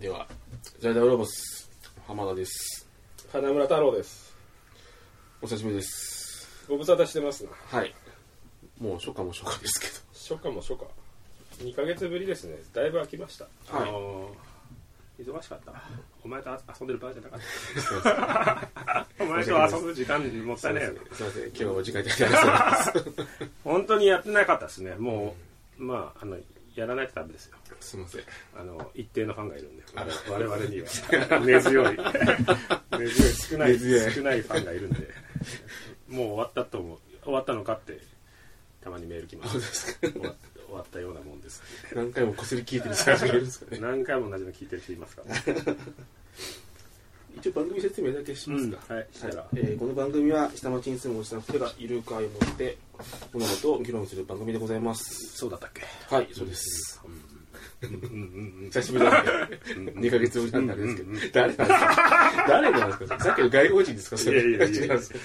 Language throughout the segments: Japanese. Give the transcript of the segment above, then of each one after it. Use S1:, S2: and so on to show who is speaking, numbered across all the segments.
S1: では、ジャイダウロボス、浜田です。
S2: 花村太郎です
S1: お久しぶりです。
S2: ご無沙汰してますな
S1: はい。もう初夏も初夏ですけど。
S2: 初夏も初夏2ヶ月ぶりですねだいぶ空きました、
S1: はい
S2: あのー忙しかったお前と遊んでる場合じゃなかった お前と遊ぶ時間もったいないよね
S1: すいません、今日はお時間いただきありがとうございま
S2: 本当にやってなかったですねもうまああのやらないとダメですよ
S1: す。すいません。
S2: あの一定のファンがいるんで
S1: あ
S2: 我々に は根強い根強い少な
S1: 根
S2: い
S1: 強い
S2: 少ないファンがいるんでもう終わったと思う終わったのかってたまにメール来ま
S1: どう
S2: す
S1: です
S2: 終わ終わったようなもんです
S1: か何回もこすり聞いてる人たちがいるんですかね。
S2: 何回も同じの聞いてる人いますから、ね、
S1: 一応番組説明だけしますか。
S2: はいしたら、
S1: えーこの番組は下町に住むおじさん2人がゆるく愛を持って物事を議論する番組でございます
S2: そうだったっけ
S1: はいそうです
S2: うんうんうん
S1: 久しぶりなんで2ヶ月ぶりなんであれですけど、誰なんですか誰なんですかさっきの外国人ですか
S2: い
S1: そ
S2: や
S1: れ
S2: いやいや
S1: 違
S2: い
S1: うん
S2: や
S1: ですか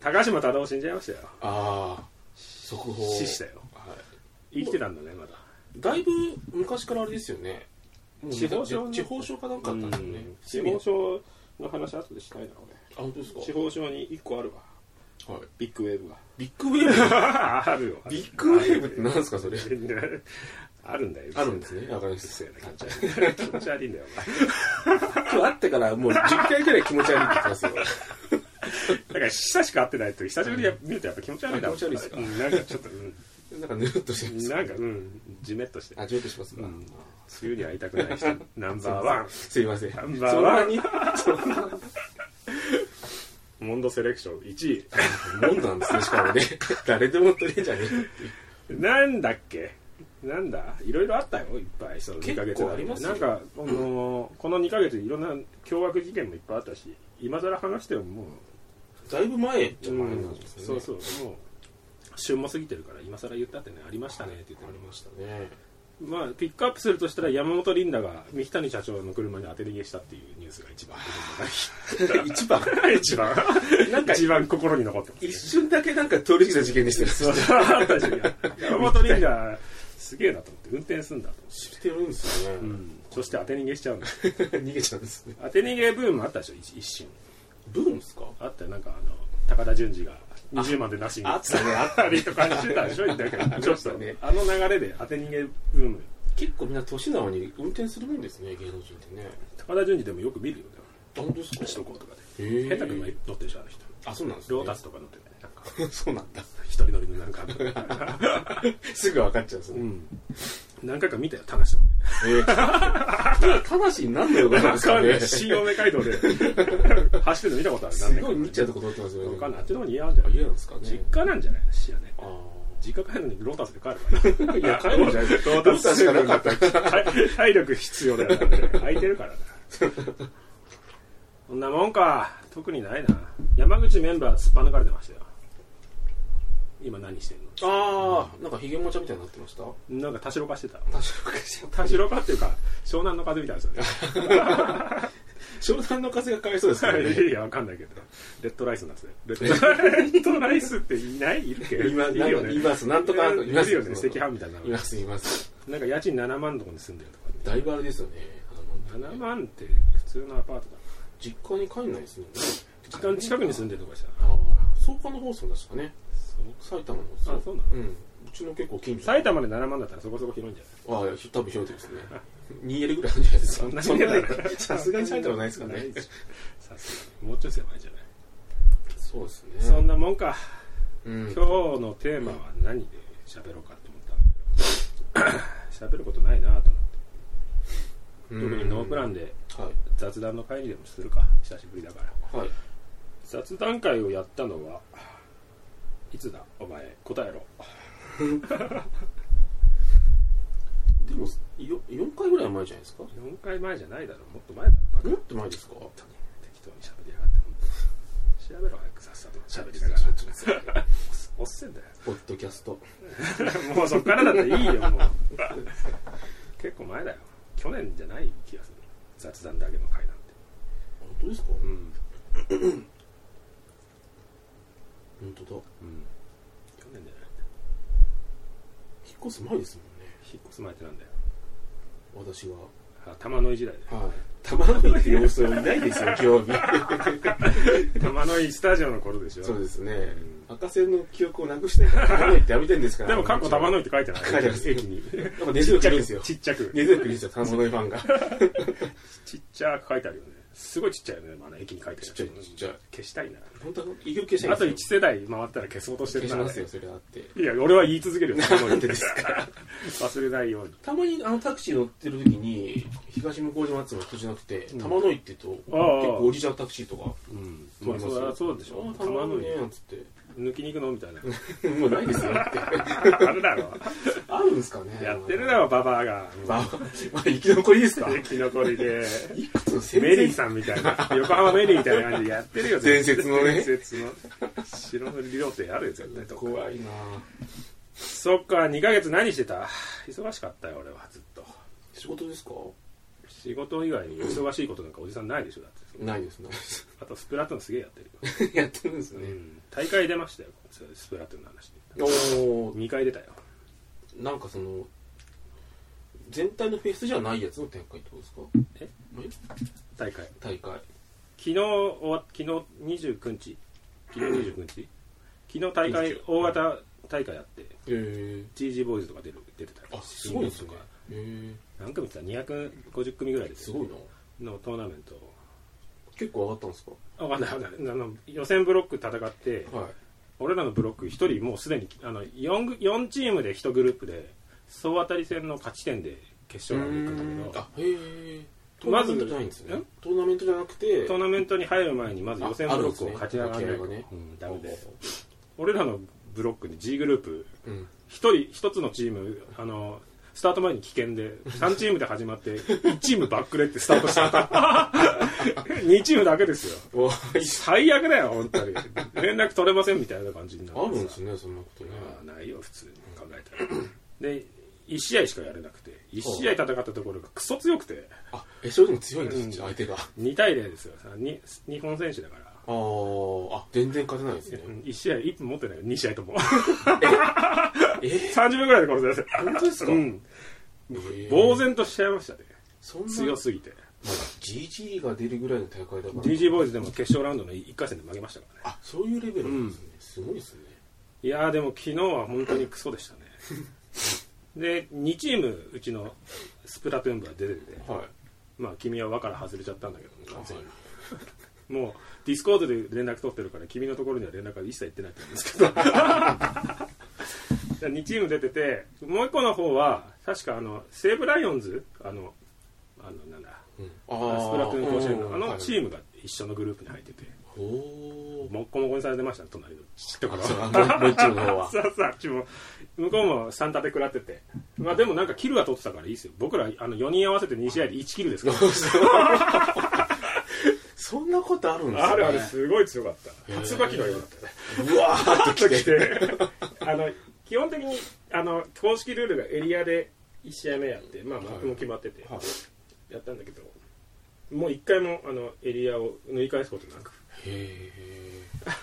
S2: 高島忠夫死んじゃいましたよ
S1: ああ速報
S2: 死したよ
S1: は
S2: 生きてたんだねまだ
S1: い、だいぶ昔からあれですよねもう
S2: 地方症
S1: 地方症かなんかあったんですよね
S2: うん地方症の話後でしたいな
S1: あ本当ですか
S2: 俺地方症に1個あるわ
S1: はい、
S2: ビッグウェーブが
S1: ビッグウェーブ
S2: あるよ
S1: ビッグウェーブって何ですかそれ
S2: あるんだよ
S1: あるんですねわかりました
S2: うるせえな気持ち悪いんだよお
S1: 今日会ってからもう10回くらい気持ち悪いって言ってますよ
S2: 前だから久しく会ってないと久しぶりに見るとやっぱ気持ち悪いな
S1: あ気持ち悪いっすか
S2: うんなんかちょっとうん
S1: なんかぬるっとしてます
S2: なんかうんじめっとして
S1: あ、準備しますか。
S2: うん梅雨に会いたくない人ナンバーワ
S1: すいません。
S2: ナンバーワン
S1: そんなに、
S2: ンモンドセレクション1位
S1: そんな、もんなんですね、しか もね。誰でも取れんじゃね
S2: なんだっけなんだいろいろあったよいっぱいその2ヶ月
S1: 結構ありますよ
S2: なんか このこの2ヶ月いろんな凶悪事件もいっぱいあったし今更話してももう
S1: えだいぶ前っちゃ前
S2: う
S1: なんんですね。
S2: そうそうもう旬も過ぎてるから今更言ったってねありましたねって言って
S1: あ
S2: る
S1: りましたね。
S2: まあピックアップするとしたら山本リンダが三木谷社長の車に当て逃げしたっていうニュースが 一
S1: 一
S2: 番
S1: 番、
S2: 一番
S1: なんか
S2: 一番心に残ってますね
S1: 一瞬だけなんか通り過ぎた事件でした
S2: そ
S1: よ
S2: う
S1: ね。
S2: 私が山本リンダすげえなと思って運転すんだと思って、
S1: 知ってるんですよ
S2: う
S1: ね。
S2: ん、そして当て逃げしちゃうんだ
S1: 逃げちゃうんですね。
S2: 当て逃げブームあったでしょ一一瞬
S1: ブームですか
S2: あったよなんかあの高田純次が20万でなしに
S1: あったね、あっ
S2: あ
S1: た
S2: れ
S1: ね。
S2: とかしてたでしょだからちょっと
S1: ありましたね
S2: あの流れで当て逃げブーム
S1: 結構みんな年なのに運転するもんですね、芸能人ってね。
S2: 高田純次でもよく見るよね
S1: あ本当ですか
S2: 首都高とかで
S1: へー
S2: 変な車乗ってるでしょあの人
S1: あ、そうなんですね
S2: ロータスとか乗ってるねなんか
S1: そうなんだ。
S2: 一人乗りのなんか
S1: すぐ分かっちゃうんです
S2: う
S1: ね。
S2: ん何回か見たよ田無とかで
S1: えー、正しい何のよかなんですかね。
S2: 新青梅街道で走ってるの見たことある
S1: すごい見ちゃうとこ通ってますよね。
S2: わかんないあっちの方に家あるんじゃ
S1: あ、
S2: ない
S1: 嫌なんですかね。
S2: 実家なんじゃないの知らね
S1: あ
S2: 実家帰るのにロータスで帰るから
S1: いや帰るんじゃない
S2: ロータスしかなかった
S1: ロ
S2: 体体力必要だよね空いてるからなそんなもんか特にないな山口メンバーすっぱ抜かれてましたよ今何してんの
S1: あ。ああ、なんかヒゲもちゃみたいになってました
S2: なんかたしろかしてた
S1: 確かに。
S2: たしろかっていうか湘南の風みたいですよね
S1: 湘南の風がかわいそうですから
S2: い
S1: ね
S2: や。いや、わかんないけど。レッドライスなんですね。レッドライスっていないいるっけ
S1: 今、
S2: いるよね。
S1: います。なんとか、
S2: いますよね。赤飯みたいな。
S1: います、います。
S2: なんか家賃7万のとこに住んでるとか、
S1: だいぶあれですよね。あの
S2: 7万って普通のアパート
S1: 実家に帰んないですね。
S2: だ。時間近くに住んでるとかさ。
S1: ああ、草加の方ですよ確かね。埼玉の方
S2: あそうなの
S1: うん。うちの結構近所。
S2: 埼玉で7万だったらそこそこ広いんじゃ
S1: ああ、いや多分広いですね。2L ぐらいあるんじゃないですか。
S2: ない
S1: そんな
S2: な
S1: ないいか さすがに埼玉ないですからね
S2: な。いしさすがに。もうちょい狭いじゃない。
S1: そうですね。
S2: そんなもんか。
S1: うん
S2: 今日のテーマは何で喋ろうかと思ったんだけど。喋ることないなと思って。特にノープラ
S1: ン。
S2: ンで
S1: は
S2: 雑談の会議でもするか久しぶりだから
S1: い。はい。
S2: 雑談会をやったのはいつだお前答えろ
S1: でも、よ4回ぐらい前じゃないですかも
S2: 4回前じゃないだろもっと前だろバカ
S1: っと前ですか
S2: 本当に適当に喋りやがって本当に調べろ早くさっさと喋りながらおっせんだよ
S1: ポッドキャスト。
S2: もうそっからだっていいよもう結構前だよ去年じゃない気がする雑談だけの会なんて
S1: 本当ですか
S2: うん、
S1: 本当だ。
S2: うん、去年じゃない
S1: 引っ越す前ですもんね。
S2: 引っ越す前ってなんだよ
S1: 私は
S2: あ玉の井時代
S1: はい玉の井って様子はいないですよ興味
S2: だ玉の井スタジオの頃でしょ
S1: そうですね
S2: う
S1: 赤線の記憶をなくしてから玉の井ってやめてんですから
S2: でも過去玉の井って書いてない
S1: 書いてます
S2: 駅に
S1: やっぱ 根強くいるんですよ
S2: ちっちゃく
S1: 根強くいるんですよ玉の井ファンが
S2: ちっちゃく書いてあるよねすごいちっちゃいよねまだ駅に書いてある
S1: ちっちゃいちっちゃい
S2: 消したいな
S1: 本当は異業消したい
S2: あと
S1: ん
S2: 1
S1: です
S2: 世代回ったら消そうとして
S1: よ
S2: る
S1: 消
S2: な
S1: しますよそれだって
S2: いや俺は言い続けるよ玉の
S1: な
S2: 井
S1: んでですか
S2: 忘れないように
S1: たまにあのタクシー乗ってる時に東向島っていうのは人じゃなくて、
S2: ん
S1: 玉の井って言うと結
S2: ああ
S1: 構おじちゃんタクシーとか
S2: うん
S1: 乗
S2: ま
S1: り
S2: あ
S1: ます
S2: そ
S1: よ
S2: りゃそうでしょ
S1: ああ
S2: 玉
S1: 玉
S2: の
S1: の井
S2: 井
S1: ねなんつっ
S2: 抜きに行くのみたいな
S1: てもうないですよって
S2: あるだろ
S1: あるんですかね
S2: やってるだろババアが
S1: まあ、まあ、生き残りですか
S2: 生き残りで
S1: いくつの先
S2: メリー
S1: ん
S2: さんみたいな横浜メリーみたいな感じでやってるよ
S1: 伝説のね
S2: 伝説の白塗り料亭あるよ絶対とこ
S1: 怖いな
S2: そっか2ヶ月何してた忙しかったよ俺はずっと
S1: 仕事ですか
S2: 仕事以外に忙しいことなんかおじさんないでしょだって
S1: ないですないです
S2: あとスプラトゥーンすげえやってるよ、
S1: やってるんです
S2: う
S1: ね、
S2: ん、大会出ましたよスプラトゥーンの話
S1: おお
S2: 2回出たよ
S1: なんかその全体のフェスじゃないやつの展開ってことですか
S2: え
S1: え
S2: 大会
S1: 大会
S2: 昨日終わ昨日29日昨日29日昨日大会大型大会やって
S1: え
S2: GG ボーイズとか出る出てた
S1: あすごいですね
S2: とか
S1: えー、
S2: 何組って言ったら250組ぐらいです
S1: すごいな
S2: のトーナメント
S1: 結構上がったんですか
S2: あわかんないわかんないあの予選ブロック戦って
S1: はい
S2: 俺らのブロック1人もうすでにあの 4, 4チームで1グループで総当たり戦の勝ち点で決勝まで行くんだけど
S1: あへえトーナ
S2: まず
S1: メントじゃないんですね
S2: ん
S1: トーナメントじゃなくて
S2: トーナメントに入る前にまず予選ブロックを勝ち上がらない
S1: ああ
S2: と、
S1: るんですね
S2: うん、ダメで俺らのブロックで G グループ
S1: うん
S2: 一人一つのチームあのスタート前に危険で3チームで始まって1チームバックレってスタートしちゃった 2チームだけですよ
S1: お
S2: 最悪だよ本当に連絡取れませんみたいな感じになって
S1: あ
S2: さ
S1: るんですねそんなことね
S2: まあないよ普通に考えたらで1試合しかやれなくて1試合戦ったところがクソ強くて
S1: あえそれでも強いんです、
S2: うん
S1: 相手があ
S2: 2対0ですよさに日本選手だから
S1: ーあ全然勝てないですね
S2: 1試合1分持ってないよ2試合とも
S1: え
S2: 30分ぐらいで殺せま
S1: 本当です
S2: す
S1: か、
S2: うん
S1: えー
S2: 呆然としちゃいましたね
S1: そんな
S2: 強すぎて
S1: まあ GG が出るぐらいの大会だから
S2: DG ボーイズでも決勝ラウンドの1回戦で負けましたからね
S1: あそういうレベルなんですね、すごいですね
S2: いやーでも昨日は本当にクソ でしたねで2チームうちのスプラトゥーン部は出てて
S1: は
S2: まあ君は輪から外れちゃったんだけどね
S1: い
S2: 完全にもうディスコードで連絡取ってるから君のところには連絡は一切行ってないと思うんですけど 2チーム出ててもう一個の方は確かあの西武ライオンズあのあのなんだ
S1: うん、
S2: スプラトゥーン甲子園のあのチ
S1: ム
S2: ームが一緒のグループに入ってて
S1: おー
S2: もっこもこにされてましたね隣のところ
S1: そうあもうもう一チームの方 は
S2: さあさあちも向こうも3立て食らっててまあでもなんかキルは取ってたからいいですよ僕らあの4人合わせて2試合で1キ ルですから
S1: そんなことあるんですね
S2: あれあれすごい強かった
S1: へー
S2: 初巻きのようだったね
S1: うわーって
S2: 来
S1: きて
S2: てあの基本的にあの公式ルールがエリアで1試合目やってまあ幕も決まってて
S1: はい
S2: やったんだけどもう1回もあのエリアを縫い返すことなく
S1: へ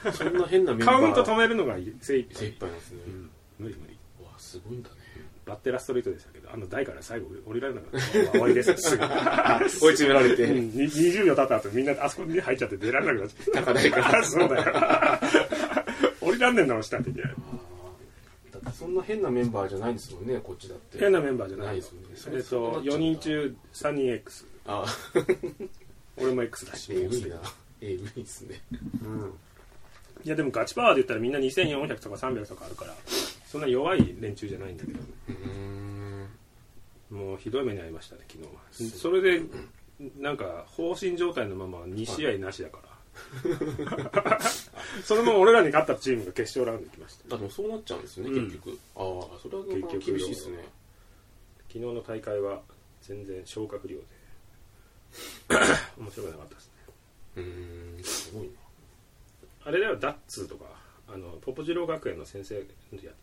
S1: えそんな変なメンバ
S2: カ
S1: ー
S2: ウント止めるのが精一
S1: 精
S2: 杯
S1: 一杯なんですね、
S2: うん無理無理
S1: うわすごいんだね
S2: バッテラストリートでしたけどあの台から最後降りられなかったら終わりです よす ぐ
S1: 追い詰められて、
S2: うんに20秒経った後みんなあそこに入っちゃって出られなくなっちゃっ
S1: 高台 から
S2: たそうだよ 降りらんねんなもんしたっていけない
S1: だってそんな変なメンバーじゃないんですもんねこっちだって
S2: 変なメンバーじゃない
S1: で
S2: ですす
S1: よね
S2: えっと4人中3人 X
S1: あ
S2: 俺も X だし、
S1: えぐいなえぐいですね
S2: うんいやでもガチパワーで言ったらみんな2400とか300とかあるからそんな弱い連中じゃないんだけど
S1: うん
S2: もうひどい目に遭いましたね昨日はそれでなんか放心状態のまま2試合なしだから それも俺らに勝ったチームが決勝ラウンド行きました
S1: あでもそうなっちゃうんですよね、
S2: うん
S1: 結局ああそれは
S2: 結局
S1: 厳しいですね
S2: 昨日の大会は全然昇格量で 面白くなかったですね
S1: うんすごいな
S2: あれではダッツーとかあのポポジロー学園の先生やっ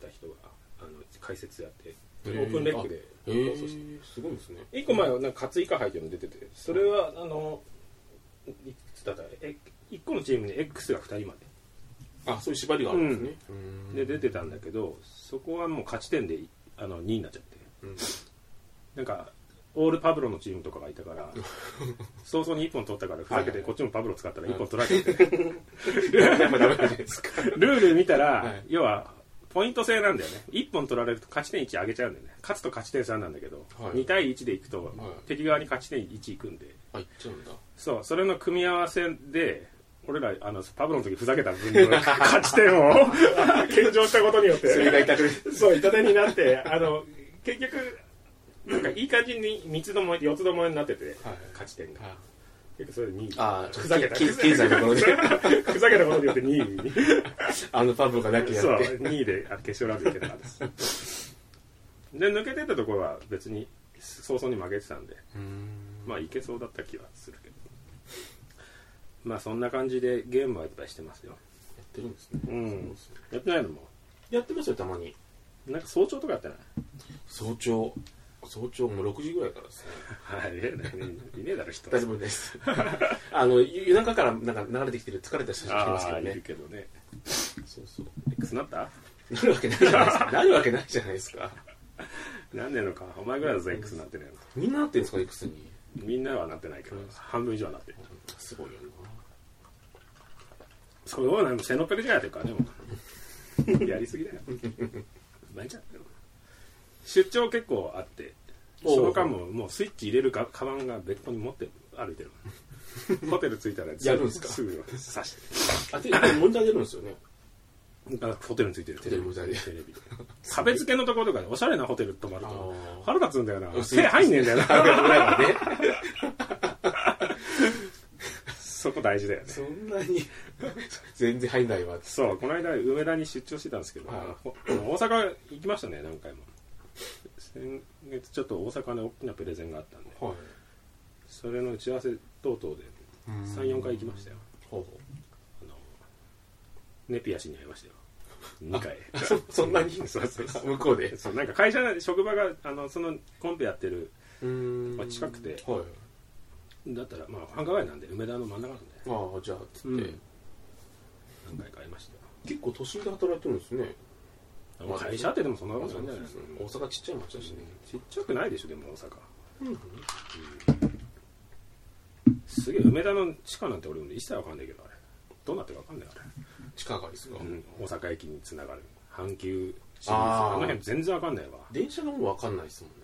S2: た人があの解説やってオープンレックで
S1: へ
S2: 放送して
S1: えすごいですね
S2: 1個前はなんか勝井下杯っていうの出ててそれはあのいくつだったらえ1個のチームに X が2人ま
S1: あそういう縛りがあるんですねうん
S2: でで出てたんだけどそこはもう勝ち点であの2位になっちゃって
S1: うん
S2: なんかオールパブロのチームとかがいた から、早々に1本取ったから、ふざけて、こっちもパブロ使ったら1本取られ て、
S1: やっぱダメじゃないですか。
S2: ルール見たら、
S1: はい
S2: 要は、ポイント制なんだよね。1本取られると勝ち点1上げちゃうんだよね。勝つと勝ち点3なんだけど、
S1: はい
S2: 2対1でいくと、
S1: い
S2: 敵側に勝ち点1いくんで、
S1: あ、いっちゃうんだ。
S2: そう、それの組み合わせで、俺ら、あの、パブロの時ふざけた分の勝ち点を 献上したことによって、
S1: それが痛く
S2: そう、痛手になって、あの、結局、なんかいい感じに三つどもえ、四つどもえになってて、
S1: はい
S2: 勝ち点が。
S1: あ
S2: 結局それで2位。
S1: あ、ちょっ
S2: ふ
S1: と
S2: ざけた。
S1: きき経済のところで、
S2: ふざけたことによって2位に。
S1: あのパブロがだけや
S2: そう、
S1: って。
S2: 2位であ決勝ラウンド行けたんです。で、抜けてったところは別に早々に負けてたんで、
S1: うーん
S2: まあいけそうだった気はするけど。まあそんな感じでゲームはいっぱいしてますよ。
S1: やってるんですね。
S2: うん。やってないのも。
S1: やってますよ、たまに。
S2: なんか早朝とかやってない
S1: 早朝。早朝もう6時ぐらいからですね。
S2: はい、いねえいねえだろ人。
S1: 大丈夫です。 あの、夜中からなんか流れてきてる疲れた写真来ますけ
S2: あ
S1: ど
S2: あ、いる
S1: ね。
S2: けどね。
S1: そうそう。
S2: つなった
S1: なるわけないじゃないですか。な るわけないじゃないですか。
S2: なんねえのか。お前ぐらいだぜ、いくつなってね
S1: みんななってるんですか、いくつに。
S2: えの。みんなはなってないけど、半分以上はなってる。
S1: すごいよ
S2: すごいな、セノペルじゃないというか ね、もうやりすぎだよ。毎日やってる出張結構あって、
S1: おう
S2: その間ももうスイッチ入れるか、カバンが別個に持って歩い てる。ホテル着いたら
S1: やるんですか
S2: すぐ刺して。
S1: な。あ、て、モニター出るんですよね。
S2: あホテルについてる
S1: テレビテレビ
S2: テレビ壁付けのところとかでおしゃれなホテル泊まると
S1: あー
S2: 腹立つんだよな
S1: 薄い
S2: 手入んねえん だよ
S1: あ
S2: な
S1: れぐらいはね。
S2: そこ大事だ よね
S1: そんなに全然入んないわ
S2: そうこの間梅田に出張してたんですけど、
S1: はい
S2: ほ大阪行きましたね何回も先月ちょっと大阪で大きなプレゼンがあったんで
S1: はい
S2: それの打ち合わせ等々で34回行きましたよ
S1: ほう
S2: あのネピア氏に会いましたよ2回
S1: ほう そんなに
S2: そうそうそう
S1: 向こうで
S2: そうなんか会社職場があのそのコンペやってる
S1: うん
S2: まあ近くて
S1: はい
S2: だったらまあ繁華街なんで梅田の真ん中なんで
S1: ああじゃあつって、
S2: うん何回か会いましたよ
S1: 結構都心で働いてるんですねまあ
S2: 会社ってでもそんな
S1: 大
S2: ことないんじゃないですか
S1: 阪ちっちゃい町だしね
S2: ちっちゃくないでしょでも大阪
S1: うん
S2: すげえ梅田の地下なんて俺も一切わかんないけどあれどうなってるかわかんないあ
S1: 地下街ですか、
S2: れ、うん、大阪駅につながる阪急シリーズ
S1: あー
S2: あの辺全然わかんないわ
S1: 電車がもう分かんないですもんね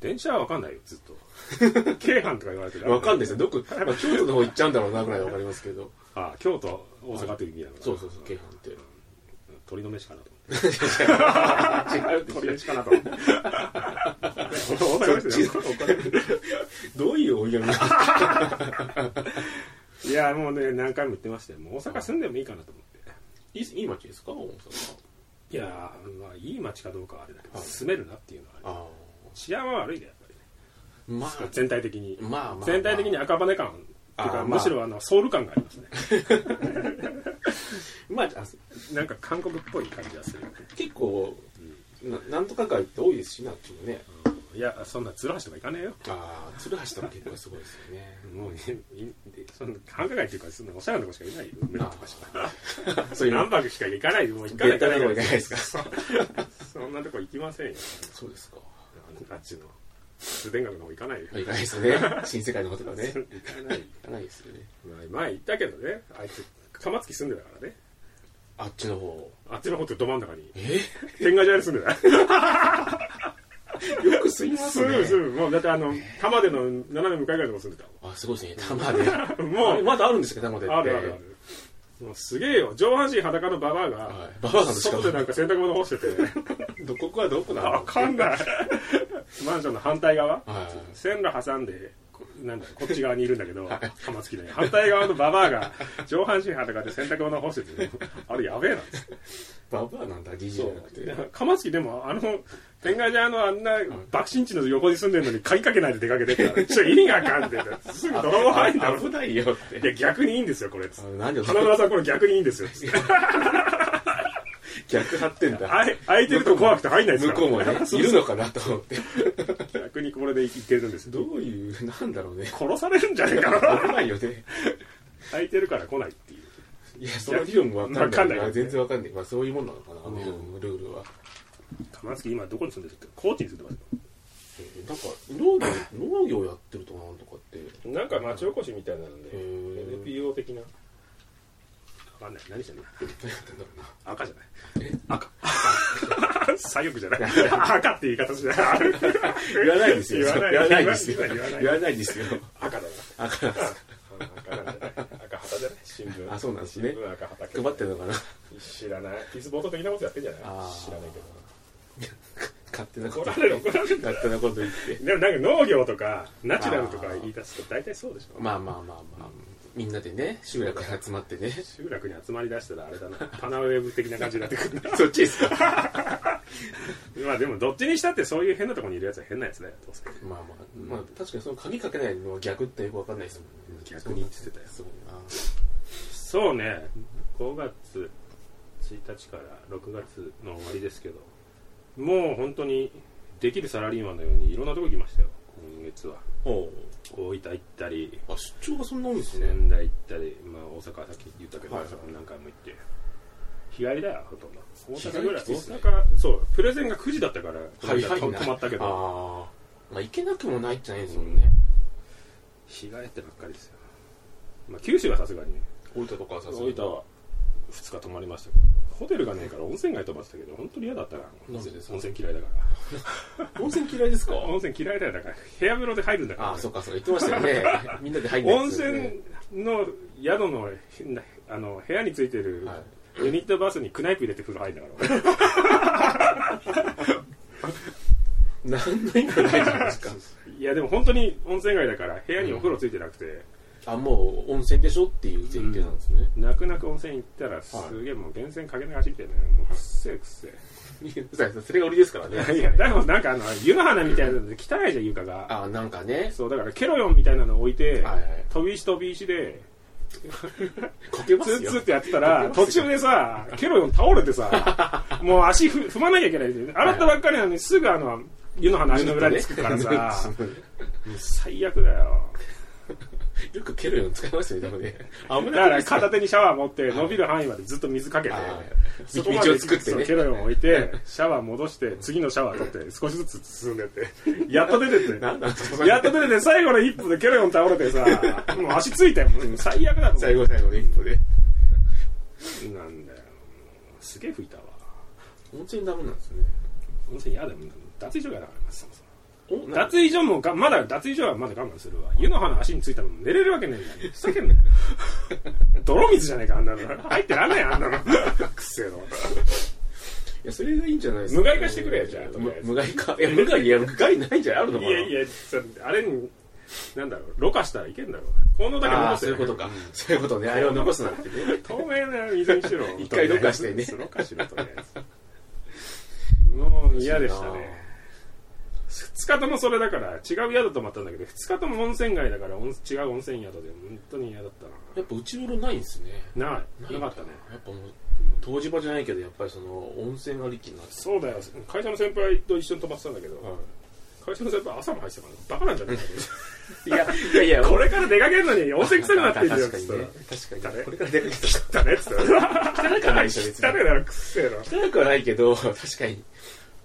S2: 電車はわかんないよずっ と京阪とか言われてる
S1: 分かんないですよどこ、まあ、京都の方行っちゃうんだろうなぐらいで分かりますけど
S2: あ京都大阪という意味なのかな
S1: そうそうそう京阪って
S2: 鳥の飯かなと思
S1: 違
S2: って鳥の飯かなと思って 大阪 ですよ
S1: どういうお家なんですか
S2: いやもうね何回も言ってましたよもう大阪住んでもいいかなと思って
S1: いいいい町ですか大阪
S2: いやーまあいい街かどうかはあれだけど、
S1: はい
S2: 住めるなっていうのはあれ
S1: あ
S2: 治安は悪いねやっぱりね
S1: あまあ
S2: 全体的に、
S1: まあまあ
S2: 全体的に赤羽感っていうか
S1: あーまあ
S2: むしろあのソウル感がありますね
S1: まああ
S2: なんか韓国っぽい感じがするよね、
S1: 結構ななんとか街って多いですしなっちもね
S2: いやそんな鶴橋とか行かねえよ
S1: ああ鶴橋とか結構すごいですよね
S2: もういいその繁華街っていうかそんなおしゃれなとこしかいないよ梅田とかしか
S1: そういう
S2: ナ
S1: の
S2: ンバーグしか行かないよもう行かない
S1: ベタなとこ行かないです
S2: かそんなとこ行きませんよ
S1: そうですか
S2: あっちの通天閣の方行かないよ
S1: 行かないですよね新世界の方とかね
S2: 行かない
S1: 行かないですよね
S2: まあ前言ったけどねあいつ玉突き住んでたからね
S1: あっちの方
S2: あっちの方ってど真ん中に
S1: え
S2: 天下茶屋に住んで た
S1: よくすいますね
S2: すぐもうだってあの玉での斜め向かいぐらいのとこ住んで
S1: あすごいですね玉で
S2: たもんも う
S1: まだあるんですか玉でって
S2: あるあるあるもうすげえよ上半身裸のババアが、
S1: はいババアなんですか
S2: 外でなんか洗濯物干してて
S1: どこはどこなの
S2: わか んないマンションの反対側
S1: はい
S2: 線路挟んでこなんだこっち側にいるんだけど玉付きで反対側のババアが上半身裸で洗濯物干しててあれやべえなって
S1: ババアなんだ DJ じ
S2: そ
S1: ゃなくて
S2: う鎌月でもあの天外茶屋のあんな爆心地の横に住んでるのに鍵かけないで出かけてったらちょ意味がわかんねえってすぐ泥棒入るんだ
S1: あ
S2: ろ
S1: 危ないよっ
S2: いや
S1: て
S2: 逆にいいんですよこれつっ
S1: あ
S2: て
S1: なんで
S2: 花村さんこれ逆にいいんですよつって
S1: 逆張ってんだ
S2: あい開いてると怖くて入んないです
S1: 向
S2: か
S1: こ
S2: ら
S1: うもねいるのかなと思って
S2: 逆にこれでいけるんですよ
S1: どういうなんだろうね
S2: 殺されるんじゃないかな
S1: 危ないよね
S2: 開いてるから来ないっていう
S1: いやその理論もわかんない
S2: わかんない
S1: 全然わかんない、まあ、そういうもんなのかなあの
S2: うん
S1: ルールは
S2: 鎌月今どこに住んでるって高知に住んでますよ
S1: へなんか農業農業やってるとなんとか って
S2: なんか町おこしみたいなので
S1: へー
S2: NPO 的なわかんない何してんの赤じゃない赤 左翼じゃない赤って言い方しない
S1: 言わないですよ
S2: 言わない
S1: 言わないですよ
S2: 言わない
S1: 言わないですよ
S2: 赤だな
S1: あかん
S2: 赤なんじゃない赤旗じゃない新聞
S1: あそうなんですね
S2: 新聞赤旗
S1: 配ってるのかな
S2: 知らないピースボート的なことやってんじゃない
S1: あー
S2: 知らないけど
S1: 勝手なこ
S2: 怒
S1: と
S2: られる怒られる
S1: 勝手なこと言って
S2: でもなんか農業とかナチュラルとか言い出すと大体そうでしょ
S1: まあまあまあまあみんなでね集落から集まって ね
S2: 集落に集まりだしたらあれだなパナウェーブ的な感じになってくるな
S1: そっちですか
S2: まあでもどっちにしたってそういう変なとこにいるやつは変なやつだよどうせ
S1: まあまあ、まあ確かにその鍵かけないのは逆ってよくわかんないですもんね
S2: 逆にって言ってたよ
S1: すごいな
S2: そうね5月1日から6月の終わりですけどもう本当にできるサラリーマンのようにいろんなとこ行きましたよ今月は
S1: おう
S2: 大分行ったり
S1: あ出張がそんな多いんですね
S2: 仙台行ったり、まあ、大阪はさっき言ったけど、
S1: はい
S2: 大阪も何回も行って日帰りだよほとんど大
S1: 日帰り
S2: 阪ぐらい
S1: きつい
S2: 大
S1: っすね
S2: 阪そうプレゼンが9時だったから
S1: はいはい
S2: この間止まったけど
S1: ああまあ行けなくもないじゃないですもんね
S2: 日帰ってばっかりですよ、まあ、九州はさすがにね
S1: 大分とかはさすが
S2: 大
S1: に
S2: 分は2日泊まりましたけどホテルがねえから温泉街泊まってたけど本当に嫌だったな
S1: なんでですか
S2: 温泉嫌いだか
S1: 温泉嫌いですから
S2: 温泉嫌いだよだから部屋風呂で入るんだから、
S1: ああそっかそうか言ってま したよねみんなで入んない
S2: 温
S1: ですよね
S2: 泉の宿のあの部屋についてる
S1: はい
S2: ユニットバスにクナイプ入れて風呂入るんだから
S1: 何の意味もないじゃないですか
S2: いやでも本当に温泉街だから部屋にお風呂ついてなくて、
S1: あもう温泉でしょっていう前提なんですね、
S2: 泣く泣く温泉行ったらすげえもう源泉かけ流しみたいなもうくっせえくっせ
S1: それが売りですから
S2: えいやでもなんかあの湯の花みたいなので汚いじゃん床が
S1: あなんかね
S2: そうだからケロヨンみたいなの置いて、
S1: はいはい
S2: 飛び石飛び石で
S1: かけま
S2: ツ
S1: す
S2: ーツー
S1: よ
S2: ってやってたら途中でさケロヨン倒れ てさもう足ふ踏まなきゃいけないで洗ったばっかりなのにすぐあの湯の花足の裏につくからさもう最悪だよ
S1: よく蹴るように使いますよねでもね危
S2: だか
S1: ない
S2: ら片手にシャワー持って伸びる範囲までずっと水かけて、
S1: 道
S2: そこまで
S1: を作って
S2: そう
S1: ね
S2: ケロヨン置いてシャワー戻して次のシャワー取って少しずつ進んでってやっと出てっ て
S1: なんなんですか
S2: やっと出てて最後の一歩でケロヨン倒れてさもう足ついてもう最悪だと思
S1: 最後最後の一歩で
S2: うなんだよすげえ吹いたわ
S1: 温泉ダメなんですね
S2: 温泉嫌だよ脱衣所がだからそもそも
S1: おなん
S2: 脱
S1: か
S2: 衣所もがまだ脱衣所はまだ我慢するわ湯の花足についたらもう寝れるわけねえんだよふざけんなよ泥水じゃねえかあんなの入ってらんねえあんなのくっせえの
S1: いやそれがいいんじゃないです
S2: 無害化してくれよじゃあとりあえず
S1: 無無害化いや無害いや無害ないんじゃないあるのか
S2: い
S1: な
S2: やいや、それあれに、なんだろう、ろ過したらいけんだろう。効能だけ
S1: あ
S2: 残
S1: あ
S2: せ
S1: そういうことかそういうことねあれを残すなんてね
S2: 透明な水に しろ。
S1: 一回ろ過してね
S2: とりあえずろ過しろとりあえずもう嫌 でしたね。二日ともそれだから、違う宿泊まったんだけど、二日とも温泉街だから、温違う温泉宿で、本当に嫌だっ
S1: やっぱ内風呂ないんですね
S2: たな。ない。なかったね。
S1: やっぱもう湯治場じゃないけどやっぱりその温泉ありきになって
S2: そうだよ。会社の先輩と一緒に泊まってたんだけど、
S1: は
S2: 会社の先輩朝も入ってたから、バカなんじゃないか
S1: いいやいやいや
S2: と これから出かけるのに温泉臭くなってんだよ、
S1: 確かに
S2: つっ
S1: ね確かにこれから出かけて
S2: たら。だね、つったら。
S1: 汚くはないですよ別
S2: 汚い
S1: に
S2: ならくっせえな。
S1: 汚くはないけど確かに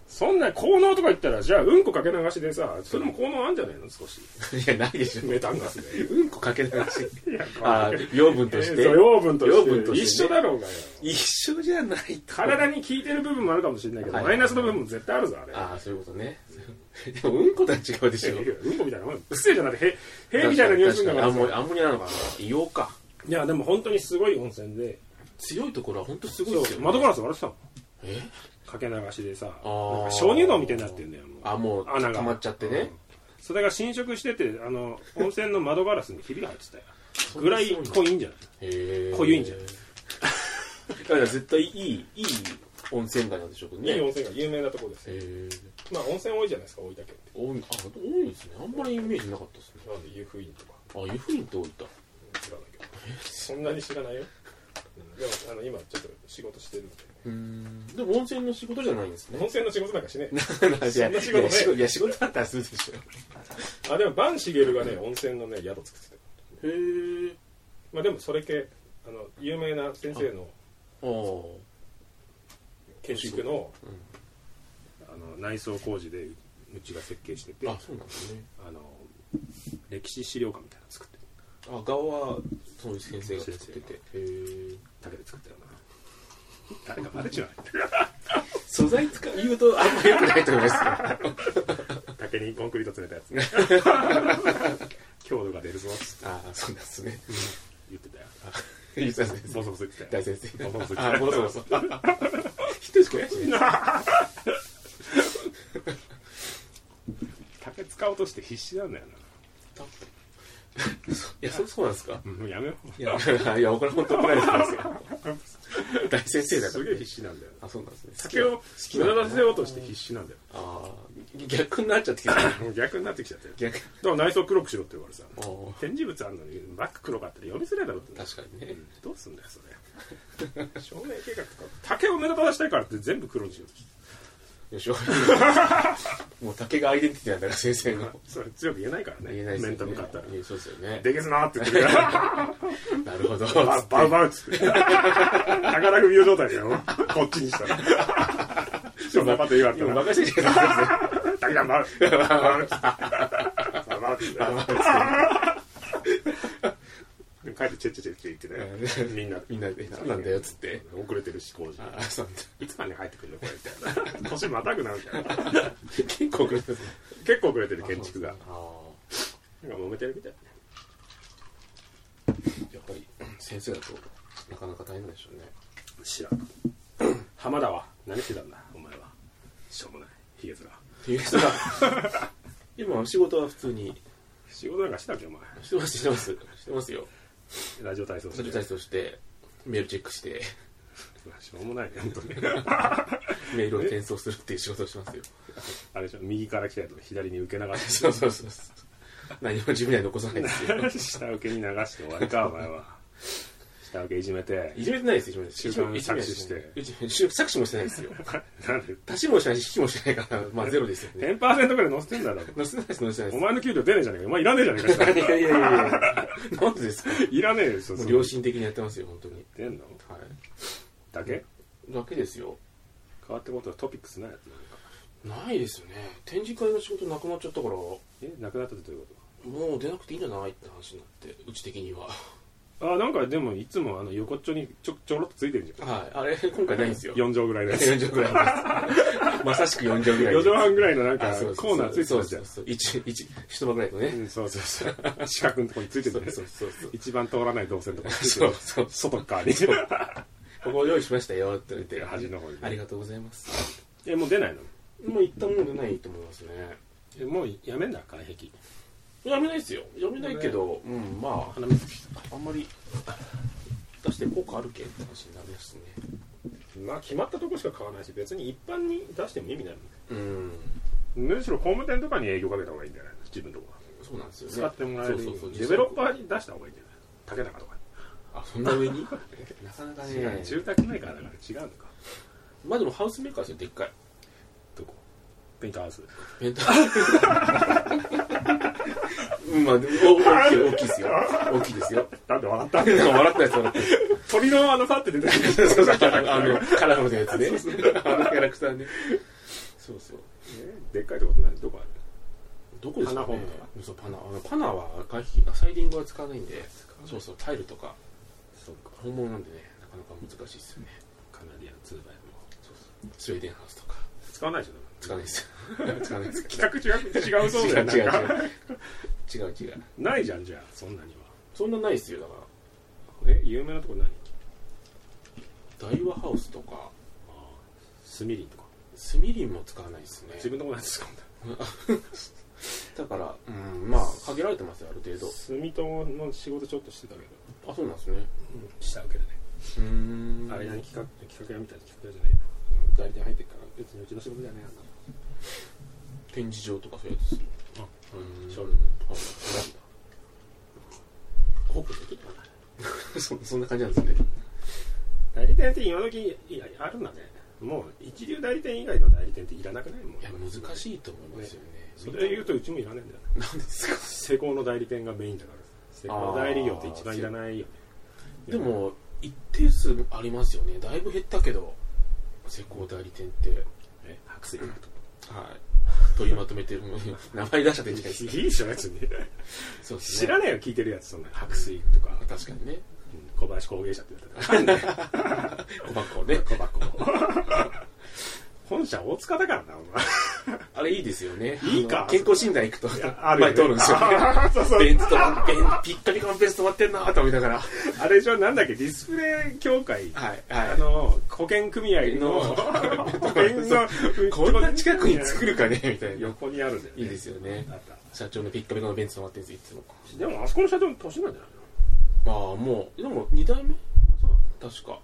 S2: そんな効能とか言ったら、じゃあうんこかけ流しでさ、それも効能あんじゃないの少し。
S1: いやないでしょ
S2: メタンガスで。
S1: うんこかけ流し
S2: いや、
S1: あー養分として
S2: そう養分として。
S1: 養分としてね
S2: 一緒だろうがよ。
S1: 一緒じゃないと
S2: 体に効いてる部分もあるかもしれないけど、
S1: はい
S2: マイナスの部分も絶対あるぞ、あれ。
S1: ああそういうことねでもうんことは違うでしょ
S2: いやうんこみたいなもん。くせえじゃなくて、へ、へみたいな匂いするんだか
S1: あんも
S2: ら。
S1: アンモニアなのかな硫黄か
S2: いや、でも本当にすごい温泉で、
S1: 強いところは本当すごい
S2: そ
S1: ですよ
S2: う、
S1: ね
S2: 窓ガラス割れてたもん。
S1: え
S2: かけ流しでさ、なんか
S1: ー
S2: 鍾乳洞みたいになってんだよ、もう
S1: あもう
S2: 穴が
S1: 溜まっちゃってね
S2: それが侵食しててあの温泉の窓ガラスにひびが入ってたよぐらい濃いんじゃない
S1: へえ
S2: 濃いんじゃない
S1: だから絶対いいいい温泉街なんでしょうけどね
S2: いい
S1: へ
S2: 温泉が有名なとこですよ
S1: え
S2: まあ温泉多いじゃないですか大分県って
S1: 多いあ多いですねあんまりイメージなかったですね
S2: なんで湯布院とか
S1: あ湯布院って多いんだ
S2: 知らないけどそんなに知らないよでもあの今ちょっと仕事してるんで
S1: うんでも温泉の仕事じゃないんです ね
S2: 温泉の仕事なんかしねえ
S1: いや
S2: そんな仕事ね
S1: いや仕いや仕事だったらするでしょ
S2: あでも晩茂がね温泉のね宿作ってた
S1: へえ
S2: まあでもそれ系あの有名な先生の
S1: ああ
S2: 建築の
S1: うん
S2: あの内装工事でうちが設計しててあ
S1: そうなんですね
S2: の歴史資料館みたいなの作ってる
S1: あ顔はそういう先生が作っててへえ
S2: 竹で作ったよな誰かバレちまう
S1: 素材使う言うとあんま良くないと思いますけど
S2: 竹にコンクリート詰めたやつ強度が出るぞっつって
S1: ああそうなんですね
S2: 言ってたよ
S1: 言うた先生
S2: ボソボソ言ってた
S1: 大
S2: よ
S1: 先生
S2: ボソボソ言って
S1: あボロボソ一人しかいないしね
S2: 竹使おうとして必死なんだよな
S1: いやそそうなんですか
S2: うんもうやめよ
S1: いやいやこれ本当怒られてますよ大先生だか
S2: す
S1: ら
S2: げえ必死なんだよ
S1: あそうなんですね
S2: 竹を
S1: な
S2: 無駄出せようとして必死なんだよ
S1: ああ逆になっちゃってきた
S2: もう逆になってきちゃってる
S1: 逆
S2: だから内装黒くしろって言われてさ
S1: おお
S2: 展示物あるのにバック黒かったら読みづらいだろって
S1: 確かにね
S2: うんどうすんだよそれ照明計画とか竹を目立たせたいからって全部黒にしようとして
S1: よしょ もう竹がアイデンティティなんだから先生の
S2: それ強く言えないからね
S1: 言えないですよ
S2: 面
S1: ね
S2: と向かったら
S1: いやそうですよね
S2: でけずなーって言ってるから
S1: なるほど
S2: ババウバウっつって高田組の状態だよこっちにしたらそんなこと言われた
S1: 今
S2: ら
S1: 任せてください
S2: 「高田バウ」バウっつって「バウ」っつって でも帰ってチェッチェチェって言ってね
S1: うん
S2: みんな
S1: みんなでそうなんだよっつって
S2: 遅れてるし工事
S1: あそうなんだ
S2: いつまで帰ってくるのこれみたいな年またぐなみたいな
S1: 結構遅れてますね
S2: 結構遅れてる建築が
S1: あ
S2: なんか揉めてるみたい
S1: ーやっぱり先生だとなかなか大変なんでしょうね
S2: 知らん 浜田は何してたんだお前はしょうもないヒゲ面
S1: っていう人が 今は仕事は普通に
S2: 仕事なんかしたっけお前
S1: してますしてますしてますよ
S2: ラジオ体操
S1: それに対してしてメールチェックして
S2: しょうもないね本当に
S1: メールを転送するっていう仕事をしてますよ
S2: あれでしょ右から来たやつを左に受け流し
S1: そうそうそうそう何も自分には残さないですよ
S2: て下請けに流して終わりかお前は下請けいじめて
S1: いじめてないですいじめてない
S2: 週刊
S1: いじめ
S2: 搾取して
S1: いじめし搾取もしてないですよ
S2: なんで
S1: 足しもしないし引きもしない からまあゼロですよね
S2: 10%ぐらい載せてんだろ
S1: 載せないです載せない
S2: お
S1: で
S2: 前の給料出ねえじゃねえかお前いらねえじゃねえか 下
S1: すいやいやいやいやなんでですか
S2: いらねえよそ
S1: もう
S2: う
S1: 良心的にやってますよ本当に
S2: 出んの
S1: は
S2: だけ
S1: いだけですよ
S2: 変わってことはトピックスないやつなんか
S1: ないですよね展示会の仕事なくなっちゃったからも
S2: えなくなったってどういうこ
S1: う出なくていいんじゃないって話になってうち的には
S2: とあなんかでもいつもあの横っちょにちょちょろっとついてるじゃん
S1: はいあれ今回ないん ですよ
S2: 4畳ぐらいのやつ
S1: 4畳ぐらいですまさしく4畳ぐらい
S2: 4
S1: です
S2: 畳半ぐらいのなんか
S1: あそうそう
S2: コーナーついて
S1: そう
S2: たじ
S1: そ
S2: ゃん
S1: うそう一一一間ぐらいのね
S2: うんそうそうそう四角のとこについて
S1: そ
S2: た
S1: うそうそうそう
S2: 一番通らない動線とか
S1: そうそう
S2: 外っ側に
S1: ここ用意しましたよって言って
S2: 端の方に
S1: ありがとうございます
S2: えもう出ないの
S1: もう一旦もう出ないと思いますね
S2: えもうやめんな外壁
S1: やめないですよやめないけどうんま
S2: 花水来
S1: ああんまり出して効果あるけって話になりますね
S2: たまあ決まったとこしか買わないし別に一般に出しても意味ない
S1: うん
S2: もんむしろ工務店とかに営業かけた方がいいんじゃないの自分のとこは
S1: そうなんですよね
S2: 使ってもらえる
S1: そうそうそう
S2: デベロッパーに出した方がいいんじゃない竹中とかに
S1: あそんな 上になかなか
S2: 違う
S1: ね
S2: 住宅メーカーだから違うのか
S1: まあでもハウスメーカーですよでっかい
S2: どこペンターハウス
S1: ペンタ うんまあでもお大きいよ大きいですよ大きいですよ
S2: なんで笑っ た
S1: 笑ったやつ笑ったや
S2: 鳥のあのさって出てくる
S1: つそうそうあのあのカラフルなやつねあのキャラクターねそうそう
S2: でっかいとこって何どこある
S1: どこですか、ね、
S2: パナホームとか
S1: そうパナあのパナは外壁あサイディングは使わないんで
S2: ない
S1: そうそうタイルとか
S2: そうか
S1: 本物なんでねなかなか難しいですよね
S2: カナディアン2倍も
S1: スウェーデンハウスとか
S2: 使わないでしょ
S1: 使わないですよ 使わないですか
S2: 企画違う 違うそうだよ
S1: 違う
S2: なんか
S1: 違う違う違う違う
S2: ないじゃんじゃあそんなには
S1: そんなないですよだか
S2: え有名なとこ何
S1: ら大和ハウスとか
S2: スミリンとか
S1: スミリンも使わないですね
S2: 自分のことなんですか
S1: だからうんまあ限られてますよある程度
S2: 住友の仕事ちょっとしてたけど
S1: あそうなんですね
S2: 下請けでね
S1: うーん
S2: あれ何企画企画屋みたいな企画屋じゃない代理店入ってっから別にうちの仕事じゃないやんな
S1: 展示場とかそういうやつ
S2: あ
S1: うん
S2: ショール
S1: ホープ的 そそんな感じなんですね
S2: 代理店って今時いやあるんだねもう一流代理店以外の代理店っていらなくないもん
S1: いや難しいと思いますよね
S2: それ言うとうちもいらねえんだよね
S1: なんですか
S2: 施工の代理店がメインだから施工代理業って一番いらないよね
S1: でも一定数ありますよねだいぶ減ったけど施工代理店って
S2: え白水かと
S1: は取りまとめてる 名前出しちゃっていいんじゃないですか
S2: いいでしょ別に
S1: そうですね
S2: 知らないよ聞いてるやつそんな白水とか
S1: 確かにね
S2: うん小林工芸者って言われたら
S1: 小箱ね
S2: 小箱本社大塚だからなお
S1: あれいいですよね
S2: いいか
S1: あの健康診断行くと
S2: 前あるよ
S1: 前
S2: ね
S1: 通るんですよ
S2: あーそうそう
S1: ベンツとかベンピッカピカのベンツ止まってんなーと思いながら
S2: あれでしょなんだっけディスプレイ協会
S1: はいはい
S2: あの保険組合の
S1: の
S2: 保険の
S1: こんな近くに作るかねみたいな
S2: 横にあるんだよね
S1: いいですよね
S2: あった
S1: 社長のピッカピカのベンツ止まってるんですいつも
S2: でもあそこの社長も年なんじゃないの
S1: ああもうでも2代目
S2: そう
S1: 確か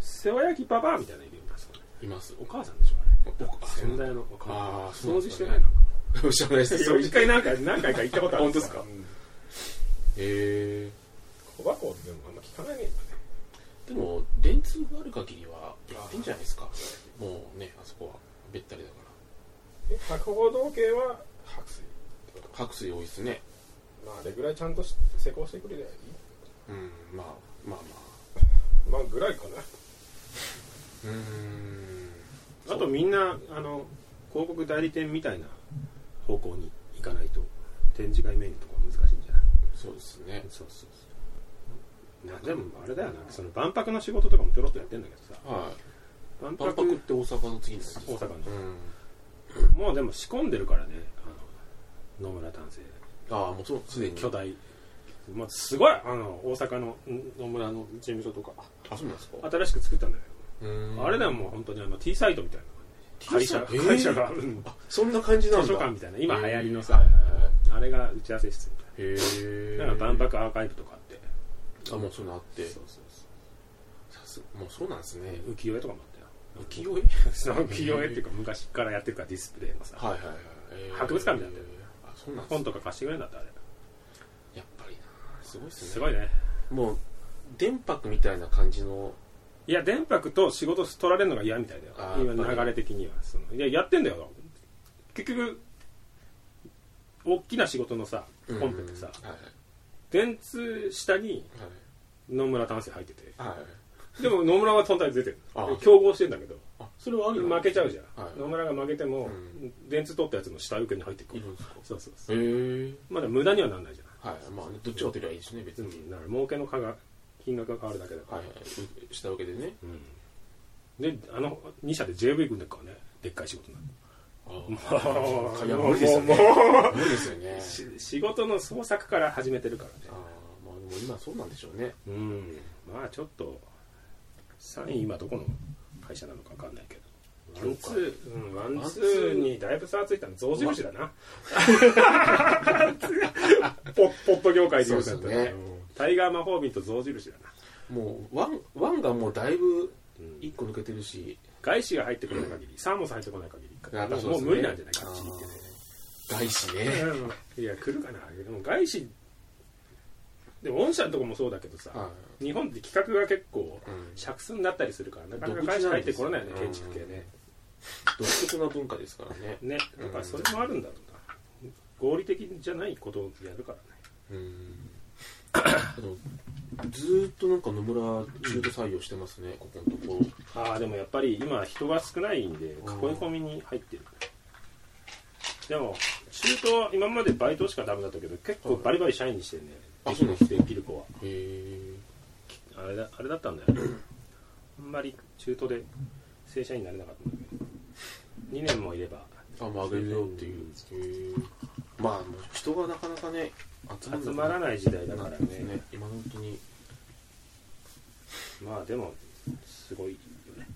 S2: 世話焼きババアみたいなイメージですかね
S1: います
S2: お母さんでしょあれ
S1: 僕あそう
S2: 先代のお母さん
S1: あーそう
S2: 掃
S1: なん
S2: 除
S1: で
S2: し
S1: す
S2: て
S1: ね
S2: ないのか
S1: 知らないです
S2: そう一回何回何回か行ったことある
S1: 本当ですか
S2: うん
S1: え
S2: 小箱ってでもあんま聞かないね
S1: ー、でも電通がある限りはやってんじゃないですかもうねあそこはべったりだか
S2: え博報堂系は白水
S1: ら白水多いですね
S2: まああれぐらいちゃんとし施工してくれりゃいい
S1: うんまあまあま
S2: まあぐらいか
S1: あうーん
S2: なあとみんなあの広告代理店みたいな方向に行かないと展示会メニューとか難しいんじゃない
S1: そうですね
S2: そうそうそうなでもあれだよなその万博の仕事とかもちょろっとやってんだけどさ
S1: はい
S2: 万
S1: 万博って大阪の次なんです
S2: 大阪の
S1: うん
S2: もうでも仕込んでるからねあの野村丹精
S1: ああもうそうすでに
S2: 巨大、まあ、すごいあの大阪のん野村の事務所とか
S1: あそうなんですか
S2: 新しく作ったんだよ、
S1: うーん
S2: あれだよもう本当にあの T サイトみたいな
S1: T
S2: 会社
S1: サイト
S2: 会社が、
S1: えー
S2: うん
S1: あそんな感じなんだ
S2: 図書館みたいな今流行りのさ、
S1: はいはいはい
S2: あれが打ち合わせ室みたい
S1: へえ
S2: なだから万博アーカイブとかあって
S1: あもうそういうのあって
S2: そうそうそ
S1: さすもうそうなんですね
S2: う浮世絵とかもあった
S1: 浮
S2: よ
S1: 世絵
S2: その浮世絵っていうか昔からやってるからディスプレイのさ
S1: はいはいはい、えー
S2: 博物館みたいになってる
S1: あそうなんです
S2: 本
S1: ね
S2: とか貸してくれるんだってあれ
S1: やっぱりなすごいっすね
S2: すごいね
S1: もう電白みたいな感じの
S2: いや電白と仕事取られるのが嫌みたいだよ
S1: あーやっ
S2: 今
S1: ぱ
S2: 流
S1: り
S2: れ的にはそのいややってんだよ結局大きな仕事のさコンペってさ、
S1: うんはい
S2: 電通下に野村丹精入ってて
S1: はいはい
S2: でも野村はその体出てる
S1: あー
S2: 競合してんだけど
S1: あそれはある
S2: 負けちゃうじゃん、
S1: はい
S2: 野村が負けても、
S1: うん
S2: 電通取ったやつの下請けに入ってく
S1: い
S2: る
S1: るんですか
S2: そうそうそう
S1: へえー、
S2: まだ無駄にはならないじゃ
S1: はいまあねどっちが取ればいいですね別
S2: ん、う
S1: に、
S2: ん、だから儲けの価が金額が変わるだけだから、
S1: はいはい下請けでね
S2: うん、であの2社で JV 組んでるからねでっかい仕事になる
S1: あ
S2: もう
S1: いや無理ですよね無理ですよね
S2: し仕事の創作から始めてるから
S1: あ
S2: ね
S1: ーまあでも今そうなんでしょうね
S2: うんまあちょっとサイン今どこの会社なのか分かんないけどワンツー、うん、ワンツーにだいぶ差がついたの象印だなポッポット業界で言うと
S1: そうですね
S2: うんタイガー魔法瓶と象印だな、
S1: もうワンワンがもうだいぶ
S2: うん
S1: 一個抜けてるし
S2: 外資が入ってこない限りサーモス入ってこない限り
S1: やっぱ
S2: もう
S1: そうで
S2: もう
S1: すね
S2: 無理なんじゃないかっち行ってね
S1: 外資ね
S2: いや来るかなでも外資でも御社のとこもそうだけどさ、
S1: は
S2: 日本って企画が結構
S1: い、うん、
S2: 尺寸だったりするからなかなか
S1: 独
S2: 外資
S1: 自な
S2: 入
S1: ん
S2: って
S1: です
S2: こ
S1: よ
S2: れないよね建築系ね
S1: 独特な文化ですからね
S2: ねだからそれもあるんだろうな合理的じゃないことをやるから
S1: う
S2: ね
S1: んあのずーっとなんか野村中途採用してますね、ここのところ
S2: ああでもやっぱり今人が少ないんで囲い込みに入ってるでも中東今までバイトしかダメだったけど結構バリバリ社員にしてね
S1: あそうなんですね
S2: できる子は
S1: へえ
S2: あれだあれだったんだよねあんまり中途で正社員になれなかったんだけど2年もいれば
S1: あもう上げるよっていうへえまあもう人がなかなかね集ま
S2: 集まら
S1: い
S2: ない時代だ
S1: だ
S2: か
S1: からら
S2: ね
S1: ね今の本当に
S2: まあでもすごいよね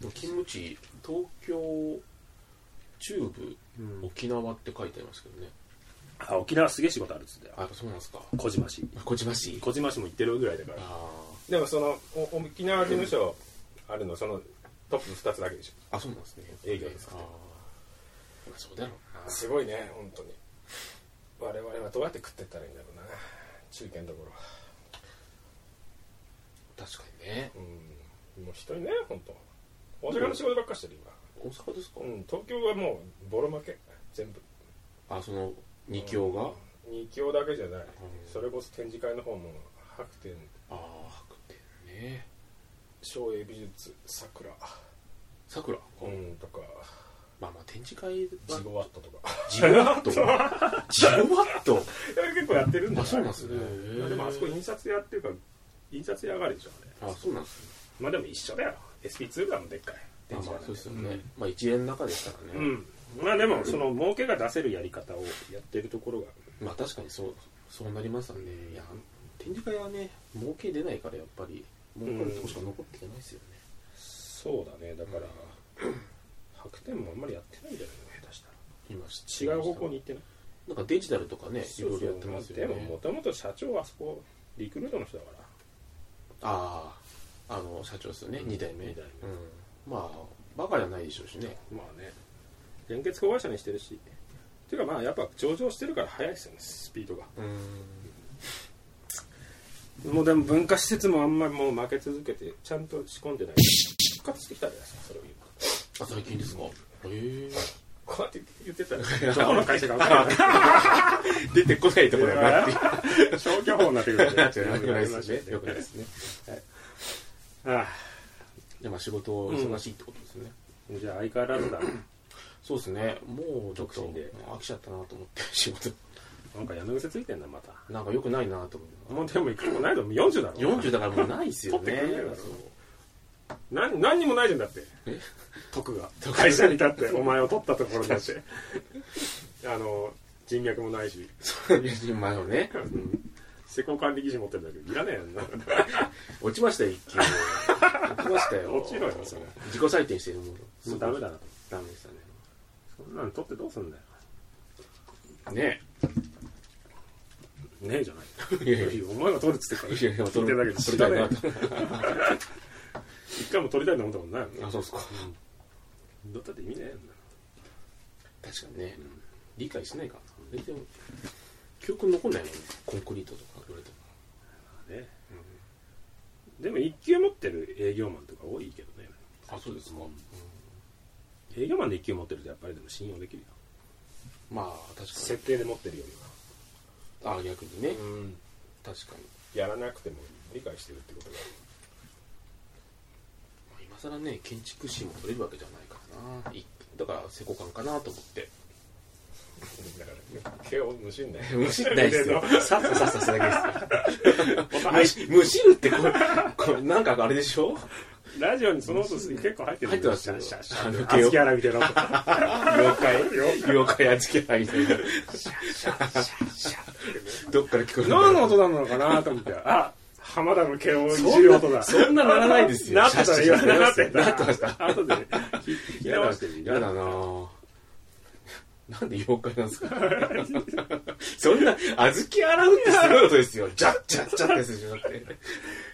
S1: でも勤務地東京中部沖縄って書いてありますけどね
S2: あ沖縄すげえ仕事あるっつって
S1: あやっぱそうなんですか
S2: 小島市
S1: 小島市
S2: 小島市も行ってるぐらいだから
S1: あ
S3: でもそのお沖縄事務所あるのそのトップ2つだけでし
S1: ーあそうなんですね
S3: 営業です
S1: あーまあそうだろ
S3: ょすごいね本当に我々はどうやって食ってったらいいんだろうな中堅どころは
S1: うな確かにね
S3: うんもう一人ね本当大阪の仕事ばっかしてる
S1: 大阪ですか、
S3: 今うん東京はもうボロ負け全部
S1: あその二強が、
S3: 二強だけじゃないそれこそ展示会の方も白天
S1: ああ白天ね
S3: 照英美術桜
S1: さくら
S3: うんとか
S1: まあまあ展示会
S3: ジ
S1: は
S3: ゴワットとか
S1: ジロワッ トジロワット
S2: いや結構やってるんだ
S1: あそうなんですね
S2: いやでもあそこ印刷屋っていうか印刷屋があるでしょあれ
S1: あそうなんですね
S2: まあでも一緒だよ SP2 がもうでっかい
S1: まあまあそうですよね、
S2: うん
S1: まあ一円の中ですからね、
S2: うんまあでもその儲けが出せるやり方をやってるところが
S1: まあ確かにそうそうなりますよねいや展示会はね儲け出ないからやっぱり儲かるとこしか残っていけないですよね、
S2: そうだねだから、白天もあんまりやってないんじゃないの下手した
S1: 今
S2: ら違う方向に行ってない
S1: なんかデジタルとかねい
S2: そう
S1: ろ
S2: そ
S1: いうろやってますよね
S2: でももともと社長はあそこリクルートの人だから
S1: あああの社長ですよね、
S2: うん
S1: 二代目
S2: 二代目
S1: うん、まあバカじゃないでしょうしね
S2: まあね連結子会社にしてるしっていうかまあやっぱ上場してるから速いですよねスピードが
S1: うん
S2: もうでも文化施設もあんまりもう負け続けてちゃんと仕込んでない復活してきたじゃないですかそれを言う
S1: あ最近ですかへえ
S2: こうやって言ってたらどこの会社か分からない
S1: 出てこないところがなって
S2: 消去法になってくるんで
S1: いうよくないですねよくないですね
S2: ああ
S1: でまあ仕事忙しいってことですね、
S2: じゃあ相変わらずだ
S1: そうですねもうちょっと
S2: 独身で
S1: 飽きちゃったなと思って仕事
S2: なんか柳癖ついてんなまた
S1: なんか良くないなと思う
S2: もうでも行くとこないだろもう40だろ
S1: 40だからもうないですよね
S2: 取ってくれないだろ何何にもないじゃんだって
S1: え
S2: 徳が会社に立 ってお前を取ったところになってあの人脈もないし
S1: そうそういうまあね
S2: 施工管理技師持ってるんだけどいらねえよんな
S1: 落ちましたよ一級落ちましたよ
S2: 落ちろよそれ
S1: 自己採点してるもの
S2: もうダメだな
S1: ダメでしたね
S2: そんなの取ってどうすんだよ
S1: ね
S2: ねえじゃない
S1: えいやいやい
S2: いやお前が取るっつって から
S1: やいや
S2: 聞いてんだけど
S1: そ
S2: 取
S1: れ
S2: りた
S1: だ
S2: い
S1: な
S2: 一回も取りたいと思ったことないもん
S1: あそうですか
S2: だったって意味ねえよんな
S1: 確かにね理解しないからな全然記憶に残んないもんねコンクリートとかどれとか
S2: ね、でも一級持ってる営業マンとか多いけどね
S1: あそうですか
S2: 営業マンで一級持ってるとやっぱりでも信用できるよ
S1: まあ確か
S2: 設計で持ってるより
S1: にあ逆にね
S3: うん、
S1: 確かに
S3: やらなくても理解してるってことが
S1: まあ今更ね建築士も取れるわけじゃないからないだから施工感かなと思って
S3: だから毛をむしんだよ
S1: むしないですよ。さっささっさすだけ
S2: な
S1: ですよ。むしむしるってこれ、これなんかあれでしょ
S2: ラジオにその音結構入ってる
S1: 入ってます
S2: よ
S1: よ
S2: シャッシャッシャ
S1: あ
S2: ッ
S1: の
S2: 熱き洗いみたいな音
S1: 妖怪妖怪やっつけないみたいな。どっから聞こえる
S2: 何の
S1: の
S2: 音なのかなと思ってあ浜田の毛をい
S1: そ
S2: じ
S1: ん
S2: る
S1: な
S2: 音だ
S1: そんなならないですよ。
S2: なってた
S1: シャッシャッシャッ
S2: なってた
S1: なってました。
S2: 後で聞き
S1: 嫌
S2: 直
S1: だ
S2: してみ
S1: 嫌だなぁなんで妖怪なんですかそんな、小豆洗うってすごい音ですよ。ジャッジャッジャッってやつじゃなくて。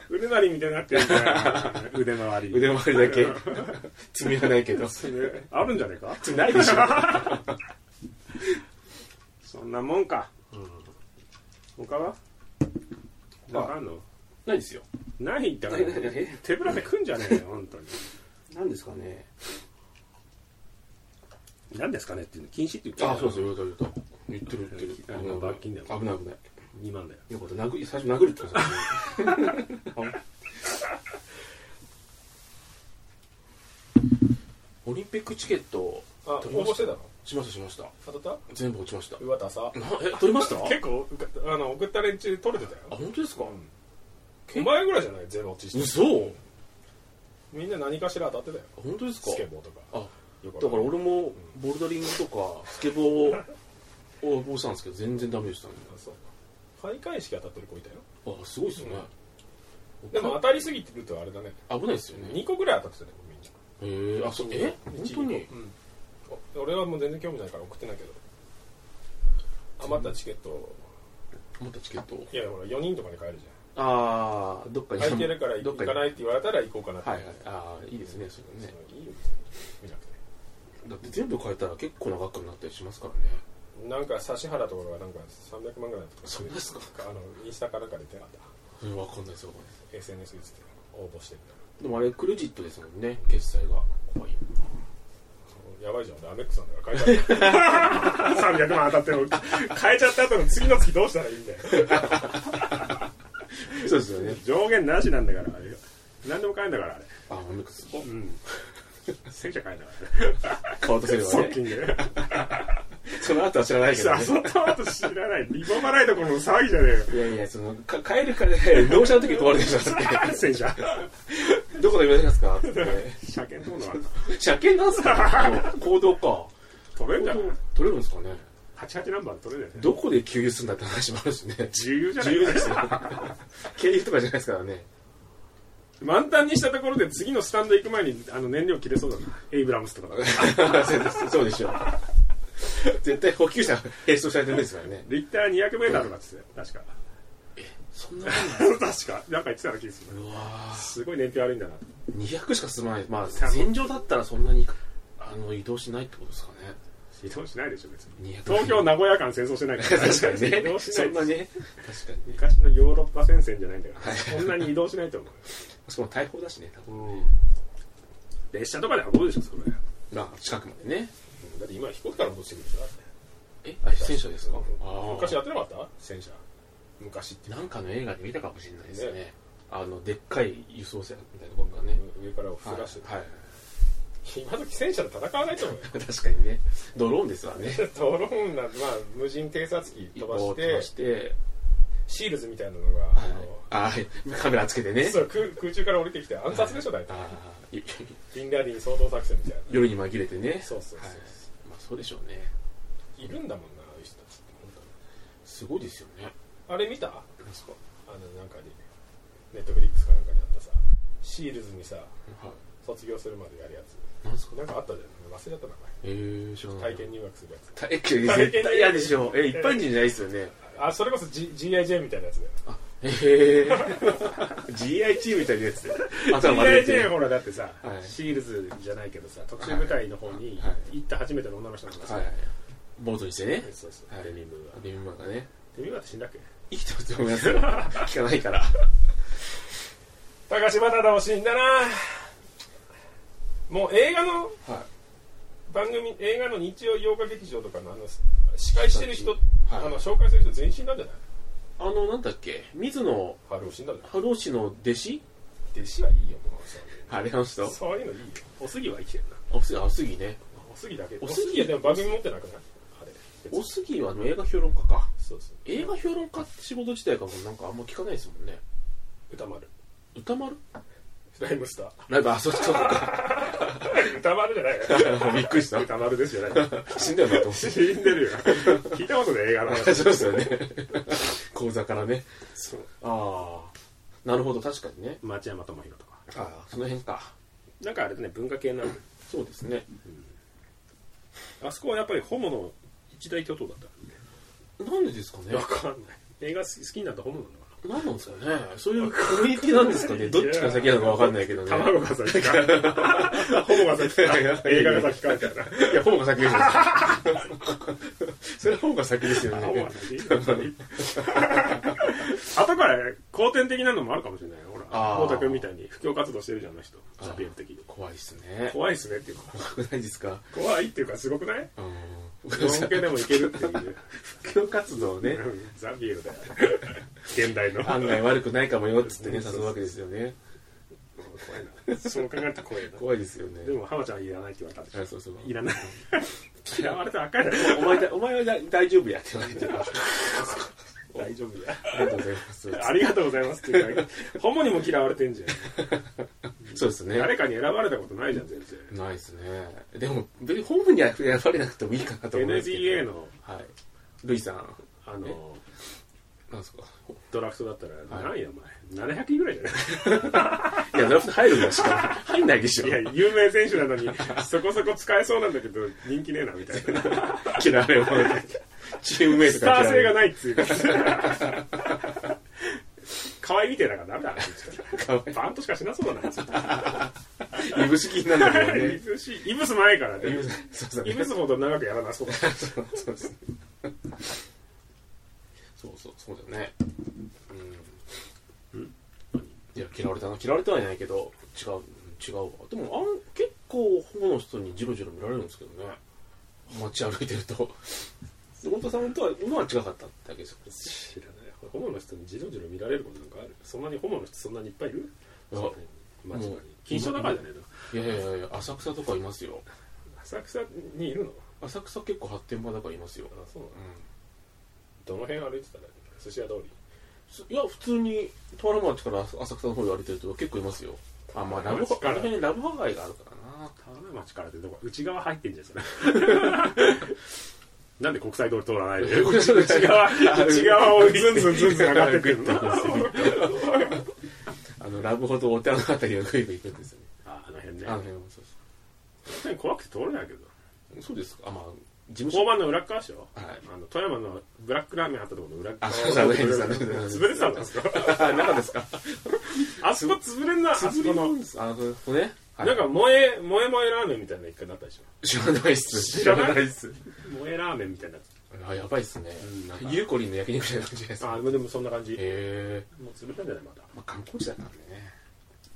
S2: 腕なりみたいになってるんだよ腕回り
S1: 腕周りだけ。罪はないけど。
S2: あるんじゃねえか
S1: 罪ないでしょ。
S2: そんなもんか、他は
S1: まあ
S2: わかんの
S1: ないですよ。
S2: ないんだから
S1: ないないない
S2: 手ぶらで来んじゃねえよ本当に
S1: なんですかね。
S2: 何ですかねっていうの禁止って言ってた
S1: あ、そうそう、言うた言うた。言ってる言って
S2: あ
S1: る。
S2: の罰金だよ
S1: 危ない危ない。
S2: 2万だよ
S1: よかった、殴り、最初殴るって言ってたね オリンピックチケット
S3: あ応
S1: 取り
S3: 募
S1: ま
S3: し
S1: し
S3: て
S1: た
S3: たの
S1: しましたしました
S3: 当たっ
S1: 全部落ちました
S3: たうわダサ
S1: なえ取りましたあ
S3: 結構受かあの送った連中取れてたよ
S1: 本当ですか
S3: お前ぐらいじゃない全部落ちして
S1: 嘘
S3: みんな何かしら当たってたよ
S1: 本当ですか
S3: スケボーとか
S1: あ
S3: よく
S1: だ
S3: わ
S1: か
S3: からんない
S1: 俺もボルダリングとかスケボーを応募したんですけど全然ダメでしたね
S3: あそう開会式当たってる子いたよ
S1: あすごいですね
S3: でも当たりすぎてるとあれだね
S1: 危ないですよね
S3: 2個ぐらい当たってたねみんな
S1: えー、あそうえ本当に
S3: うんお俺はもう全然興味ないから送ってないけど余ったチケットを
S1: 持ったチケット
S3: いやほら4人とかで買えるじ
S1: ああどっか
S3: ゃん
S1: に
S3: 空いてるから
S1: ど
S3: 行
S1: っか
S3: か
S1: に
S3: ないって言われたら行こうかなって
S1: はいはいああいいですねそれね
S3: そのいいよ見なくて
S1: だって全部変えたら結構な額になったりしますからね
S3: なんか指原とかがなんか300万ぐらいとか
S1: そうですか
S3: あのインスタかなんかで出会っ
S1: それ分かんないですよこ
S3: た SNS で応募してる
S1: れでもあれクレジットですもんね決済が怖い
S3: やばいじゃん俺アメックさんだから買えちゃっ
S2: 300万当たってる変えちゃった後の次の月どうしたらいいんだよ
S1: そうですよね
S2: 上限なしなんだからあれが何でも買えんだからあれ
S1: あアメックス
S2: うん戦車買えなかっ
S1: 顔とす
S2: た
S1: れば
S2: 側
S1: ね
S2: 近で
S1: その後は知らないけど
S2: さあ
S1: ね
S2: その後知らない今まないところの騒ぎじゃねえよ
S1: いやいやそのか帰るからね納車の時に壊れてしまっ
S2: 戦車
S1: てどこで見られますかって
S2: 車検とのは
S1: 車検なんすか もう行動か
S2: 取れん
S1: 行
S2: じゃん
S1: 動取れるんですかね
S2: 88ナンバー取れるよね
S1: どこで給油するんだって話もあるし ね
S2: 自由じゃな
S1: 重
S2: い
S1: 要です よ軽油とかじゃないですからね
S2: 満タンにしたところで次のスタンド行く前にあの燃料切れそうだなエイブラムスとかだ
S1: そうでしょう絶対補給車並走されてるんですからね
S2: リッター 200m とかっつってたよ確か
S1: そんな
S2: 確かなんか言ってたような気がする
S1: うわ
S2: すごい燃費悪いんだな
S1: 200しか進まないまあ戦場だったらそんなにあの移動しないってことですかね
S2: 移動しないでしょ別に
S1: 200
S2: 東京名古屋間戦争してないから
S1: 確かにね
S2: 移動しな
S1: そ
S2: い
S1: んなね確かにね
S2: 昔のヨーロッパ戦線じゃないんだからそんなに移動しないと思
S1: しかも大砲だしね多
S2: う
S1: 分
S2: よ、列車とかで運ぶでしょそれ
S1: まあ近くまでね
S3: だって今飛行機から戻してくるでしょだって
S1: えあ戦車ですか
S3: 昔
S1: 昔
S3: やってなかった戦車昔って
S1: なんかの映画で見たかもしれないですねあのでっかい輸送船みたいなところがね、
S3: 上からを降らして、
S1: はい、はい、
S3: 今時戦車で戦わない と思うよ
S1: 確かにねドローンですわね
S3: ドローンなんてまあ無人偵察機飛ばして
S1: して
S3: シールズみたいなのが、
S1: はい
S3: あの
S1: あーカメラつけてね
S3: そう空空中から降りてきて暗殺でしょ大体
S1: あーい
S3: ビンラディン総動作戦みたいな
S1: 夜に紛れてね
S3: そうそうそう
S1: はいまあ、そうでしょうね
S3: いるんだもんなああいう人たちって本当に
S1: すごいですよね
S3: あれ見たあ
S1: なんすか
S3: のなんかにネットフリックスかなんかにあったさシールズにさ
S1: は
S3: 卒業するまでやるやつ
S1: いなんすか
S3: なんかあったじゃん忘れた名
S1: えー、知らな
S3: 前
S1: い
S3: 体験入学するやつ
S1: 体験絶対嫌でしょえ一般人じゃないですよね
S3: あそれこそ、G、GIJ みたいなやつだよ
S1: ええ
S2: GIG みたいなやつ
S1: ー、 頭丸めて
S2: GIG ほらだってさ、
S1: はい
S2: シールズじゃないけどさ特殊部隊の方に
S1: はい
S2: 行った初めての女の人なんかさ、
S1: はいボートにしてね
S2: そうそう、
S1: はい
S2: デミムーは
S1: ビビンバがね
S2: デミムーは死んだっけ
S1: 生きてますと思い ますよ聞かないから
S3: 高島忠夫死んだなもう映画の
S1: は
S3: 番組映画の日曜洋画劇場とかのあの司会してる人、
S1: はい
S3: あの紹介する人全員死んだんじゃない
S1: あのなんだっけ水野
S3: 春夫死んだんじゃな
S1: 波動氏の弟子
S3: い弟子はいいよもうそ
S1: あれあの人
S3: うそういうのいいよ
S2: おすぎは生きてるな
S1: おすぎあおすぎね
S3: おすぎだけ
S1: お
S3: お
S1: す
S3: す
S1: ぎ
S3: ぎはでも番組持ってなくないあれ
S1: おすぎはあの映画評論家か
S3: そうそう
S1: 映画評論家って仕事自体がもうなんかあんま聞かないですもんね
S3: 歌丸
S1: 歌丸
S3: ライムスタ
S1: なんかあそっちとか
S3: ー歌丸じゃないよ
S1: びっくりした
S2: 歌丸ですよね
S1: 死んだよなと思っ
S2: 死んでるよ聞いたことない映画
S1: て
S2: の話
S1: そうですよね講座からね
S2: そう
S1: ああなるほど確かにね
S2: 町山智弘とか
S1: ああその辺か
S2: なんかあれだね文化系なの
S1: そうですね
S2: あそこはやっぱりホモの一大巨頭だったからね
S1: なんでですかね
S2: わかんない映画好き好きになったホモなのか
S1: 何なんですかねそういうコミュニティなんですかねどっちが先なのかわかんないけどね
S2: な卵が先かホモが先か映画が先かみたいない
S1: や本が先ですよ それは本が先ですよ
S2: ホモ
S1: ね
S2: が先後から後天的なのもあるかもしれないよほら
S1: あー
S2: 太田君みたいに布教活動してるじゃんあの人
S1: あー
S2: サピエン的に
S1: 怖いですね
S2: 怖いっすねっていうか
S1: 怖くないですか
S2: 怖いっていうかすごくない
S1: うん
S2: 日本系でもいけるっていう
S1: 布教活動をね
S2: うんザビエルだよ現代の
S1: 案外悪くないかもよっつってね
S2: そう
S1: 誘
S2: そう
S1: うわけですよね
S2: 怖いなそう考えると怖いな
S1: 怖いですよね
S2: でも浜ちゃんいらないって言われたでしょ
S1: あそうそう
S2: いらない嫌われたらあかんやろ
S1: お前だお前はだ大丈夫やって言われてあ
S2: 大丈夫や
S1: りがとうございます
S2: ありがとうございますっていうかホモにも嫌われてんじゃん
S1: そうですね
S2: 誰かに選ばれたことないじゃん全然
S1: ないですねでも別にホームには選ばれなくてもいいかなと思うんですけど
S2: NBA の
S1: はいルイさん
S2: あの
S1: なんですか
S2: ドラフトだったら何やお前700位ぐらいじゃない
S1: いやドラフト入るんだしか入んないでしょ
S2: いや有名選手なのにそこそこ使えそうなんだけど人気ねえなみたいな
S1: 嫌われ者でチームメイト
S2: スタ
S1: から
S2: ー性
S1: 嫌
S2: が
S1: われ
S2: ないっつうか可愛いみてえだからダメだな
S1: 可愛
S2: バントしかしなそうだな
S1: 者いぶし気になんだけど
S2: い
S1: ね
S2: ぶしいぶす前から
S1: い
S2: ね
S1: ぶそうそう
S2: いぶすほど長くやらなそうだ
S1: そうそうそうそうそうそうだよねうんいや嫌われたな嫌われてはいないけど違う違うわでもあん結構保護の人にジロジロ見られるんですけどね街歩いてると本田さんとは今は違かったってだけですよ
S2: 知らないホモの人にジロジロ見られることなんかあるそんなにホモの人そんなにいっぱいいる
S1: いや
S2: まあ確か
S1: も
S2: に金賞だからじゃねえの
S1: いやいやいや浅草とかいますよ
S3: 浅草にいるの
S1: 浅草結構発展場だからいますよ、
S3: あそうなの
S1: うん
S3: どの辺歩いてたらいいの寿司屋通り
S1: すいや普通に十原町から浅草の方で歩いてる人結構いますよあまあラブホ
S2: 町から
S1: あの辺にラブハガイがあるからな
S2: 田辺町からってとこ内側入ってんじゃんそれ なんで国際通り通らない で内内側内側をズンズンズンズン上がってくるの
S1: あのラブホとお寺のあたりをぐいぐい行くんですよね
S2: ああの辺ね
S1: あの辺もそうです
S2: 確かに怖くて通れないけど
S1: そうですかあまあ事務所
S2: 交番の裏っ側でしょ、
S1: はい
S2: あの富山のブラックラーメンあったところの裏っ
S1: あ
S2: 側
S1: そうですあの辺ですあの辺です
S2: 潰れてたんですか
S1: あ 中ですか
S2: あそこ潰れんなあそこの
S1: あのこれねはい
S2: なんか萌え萌え萌えラーメンみたいなの一回なったでしょ
S1: 知らないっす
S2: 知らない
S1: っす
S2: 萌えラーメンみたいなやつ
S1: あやばいっすね
S2: うんなんか
S1: ゆうこりんの焼肉みたいな感じじゃないですか
S2: あでもそんな感じ
S1: へえ
S2: もう潰れたんじゃないまた
S1: まあ観光地だからね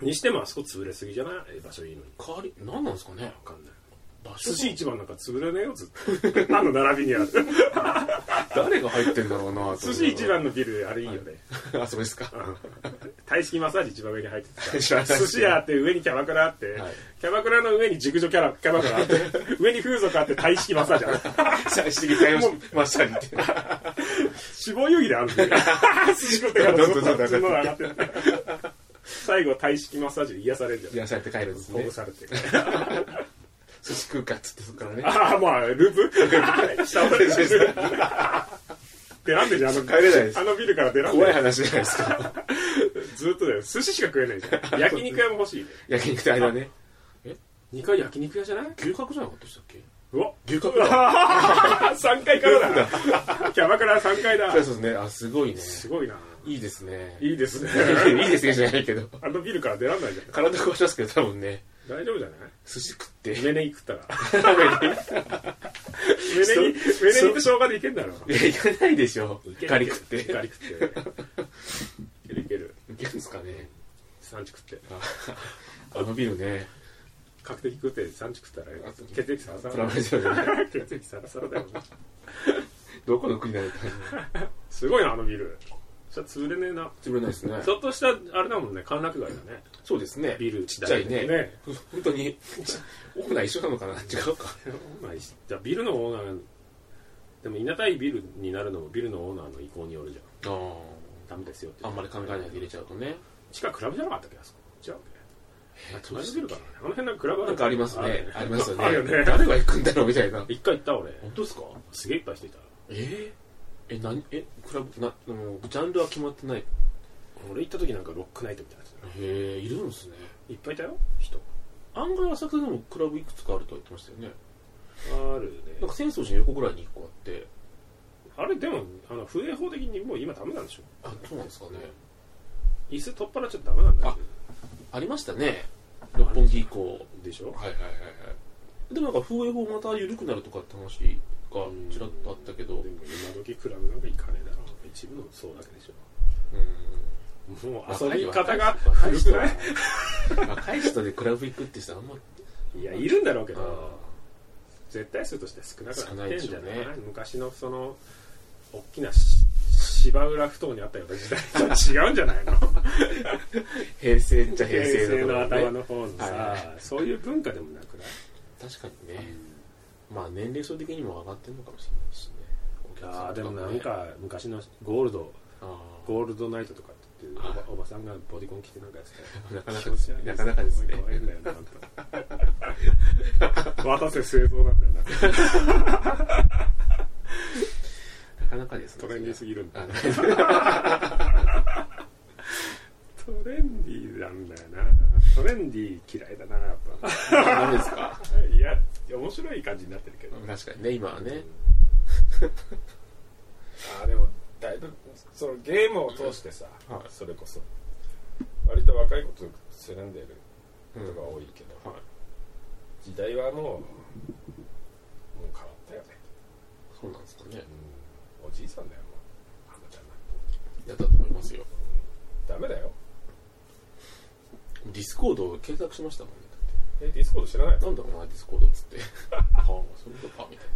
S2: にしてもあそこ潰れすぎじゃない場所いいのに
S1: 代わり何なんですかね
S2: わかんない
S1: 場所
S2: 寿司一番なんか潰れねえよずっとあの並びにある
S1: 誰が入ってんだろうな
S2: 寿司一番のビルあれいいよね、
S1: 番あそうですか
S2: 体式マッサージ一番上に入ってて
S1: 知ら
S2: さ
S1: ないです
S2: 寿司屋あって上にキャバクラあって、
S1: はい
S2: キャバクラの上に熟女キャラキャバクラあって 上に風俗あって体式マッサージある
S1: 最終的にましたまさにって
S2: 死亡遊戯であるんだよ 寿司食ってからずっとそっちの上がってる最後体式マッサージで癒されるじゃん
S1: 癒されて帰るんです
S2: ほ
S1: ね
S2: ぐされて
S1: 寿司食うかっつってそっからね
S2: ああまあルー プ下を
S1: そうですね
S2: 出らんでじゃんあの
S1: 帰れないです
S2: あのビルから出らん
S1: 怖い
S2: で
S1: 話じゃないですか
S2: ずっとだよ寿司しか食えないじゃん焼肉屋も欲しいね
S1: 焼肉と間ね
S2: 2階焼肉屋じゃない
S1: 牛角じゃなかったでしたっけ
S2: うわ
S1: 牛角だ
S2: 3階からだ キャバクラ3階だ
S1: そうですねあすごいね
S2: すごいな。
S1: いいですねい
S2: いいですね。
S1: いですねじゃないけど
S2: あのビルから出らんないじゃん。
S1: 体壊しますけど多分ね
S2: 大丈夫じゃない
S1: 寿司食って
S2: 梅ネギ食ったら。梅ネギ、梅ネギと生姜でいけんだろ。
S1: いや行かないでしょガリ食ってい
S2: ガリ食って。いけるいける。
S1: けるんですかね
S2: 産地食って。
S1: あのビルね
S2: 確定食って産地食ったら
S1: あそう、
S2: 血液サラサ
S1: プラ
S2: ラ
S1: マ
S2: だ
S1: イ
S2: よ。
S1: ゼロでね
S2: 血液サラサラだよ。
S1: どこの国なのか
S2: すごいな、あのビル。そしたら潰れねえな。
S1: 潰れないですね
S2: ちょっとした、あれだもんね、歓楽街だね。
S1: そうですね
S2: ビル
S1: ちっちゃいね
S2: ね
S1: ふ本当にオーナー一緒なのかな違うか
S2: オーナー一緒じゃあビルのオーナー、でも、いなたいビルになるのもビルのオーナーの意向によるじゃん。
S1: あ
S2: ダメですよって
S1: ああんまり考えないで入れちゃうとね
S2: 地下クラブじゃなかったっけあそこ違うっけあ隣のビルかなあの辺なんかクラブある
S1: なんかありますねありますよね
S2: あるよね
S1: 誰が行くんだろうみたいな
S2: 一回行った俺
S1: 本当ですか
S2: すげえいっぱい人いた
S1: えー、え何えクラブなあのジャンルは決まってないへ
S2: 俺行った時なんかロックナイトみたいなや
S1: えいるんですね
S2: ついっぱいいたよ人
S1: 案外浅草でもクラブいくつかあるとは言ってましたよね
S2: ある
S1: な
S2: ね
S1: んか浅草寺の横ぐらいに1個あって
S2: あれでもあの風営法的にもう今ダメなんでしょ
S1: あそうなんですかね
S2: 椅子取っ払っちゃダメなんだよ
S1: ありましたね六本木以降
S2: でしょ
S1: はいはいはいはいでもなんか風営法また緩くなるとかって話がちらっとあったけど
S2: でも今時クラブなんか行かねえだろ一部のそうだけでしょもう遊び方が
S1: 若い
S2: 古く
S1: 人
S2: ない
S1: 若い人でクラブ行くって人はあんま
S2: いやいるんだろうけど
S1: り
S2: 絶対数として少なくなってんじゃない
S1: 少ないでしょうね
S2: 昔のその大きなし芝浦埠頭にあったような時代とは違うんじゃないの
S1: 平成っちゃ平
S2: 平
S1: 成
S2: 成
S1: だ
S2: の
S1: から
S2: 頭
S1: ね
S2: の方のさ、
S1: は
S2: そういう文化でもなくない
S1: 確かにねまあ年齢層的にも上がってるのかもしれないしねお客
S2: あ
S1: さ
S2: あ
S1: ん
S2: で
S1: と
S2: も
S1: もね
S2: なんか昔のゴールド
S1: あ
S2: ゴールドナイトとかって言って
S1: はい
S2: おばおばさんがボディコン着てなんかやってたよ
S1: ーなかな
S2: 気
S1: か
S2: 持ち悪い
S1: なかなかですね
S2: 怖いんだよな 本当渡瀬製造なんだよな
S1: なかなかですね
S2: トレンディーすぎるんだ
S1: あ
S2: よ
S1: の
S2: トレンディーなんだよなトレンディー嫌いだなやっぱ
S1: ダメです か
S2: いや面白い感じになってるけど、
S1: 確かにね今はね
S3: ああでもだいぶそのゲームを通してさ、
S1: はい
S3: それこそ割と若い子とつるんでることが多いけど、
S1: はい
S3: 時代はもうもう変わったよね、
S1: そうなんですかね
S3: おじいさんだよもうあんなちゃんなんて
S1: やったと思いますよ
S3: ダメだよ
S1: ディスコードを検索しましたもんね
S3: えディスコード知らないの
S1: なんだろうなディスコードっつって ああそういうことかみたい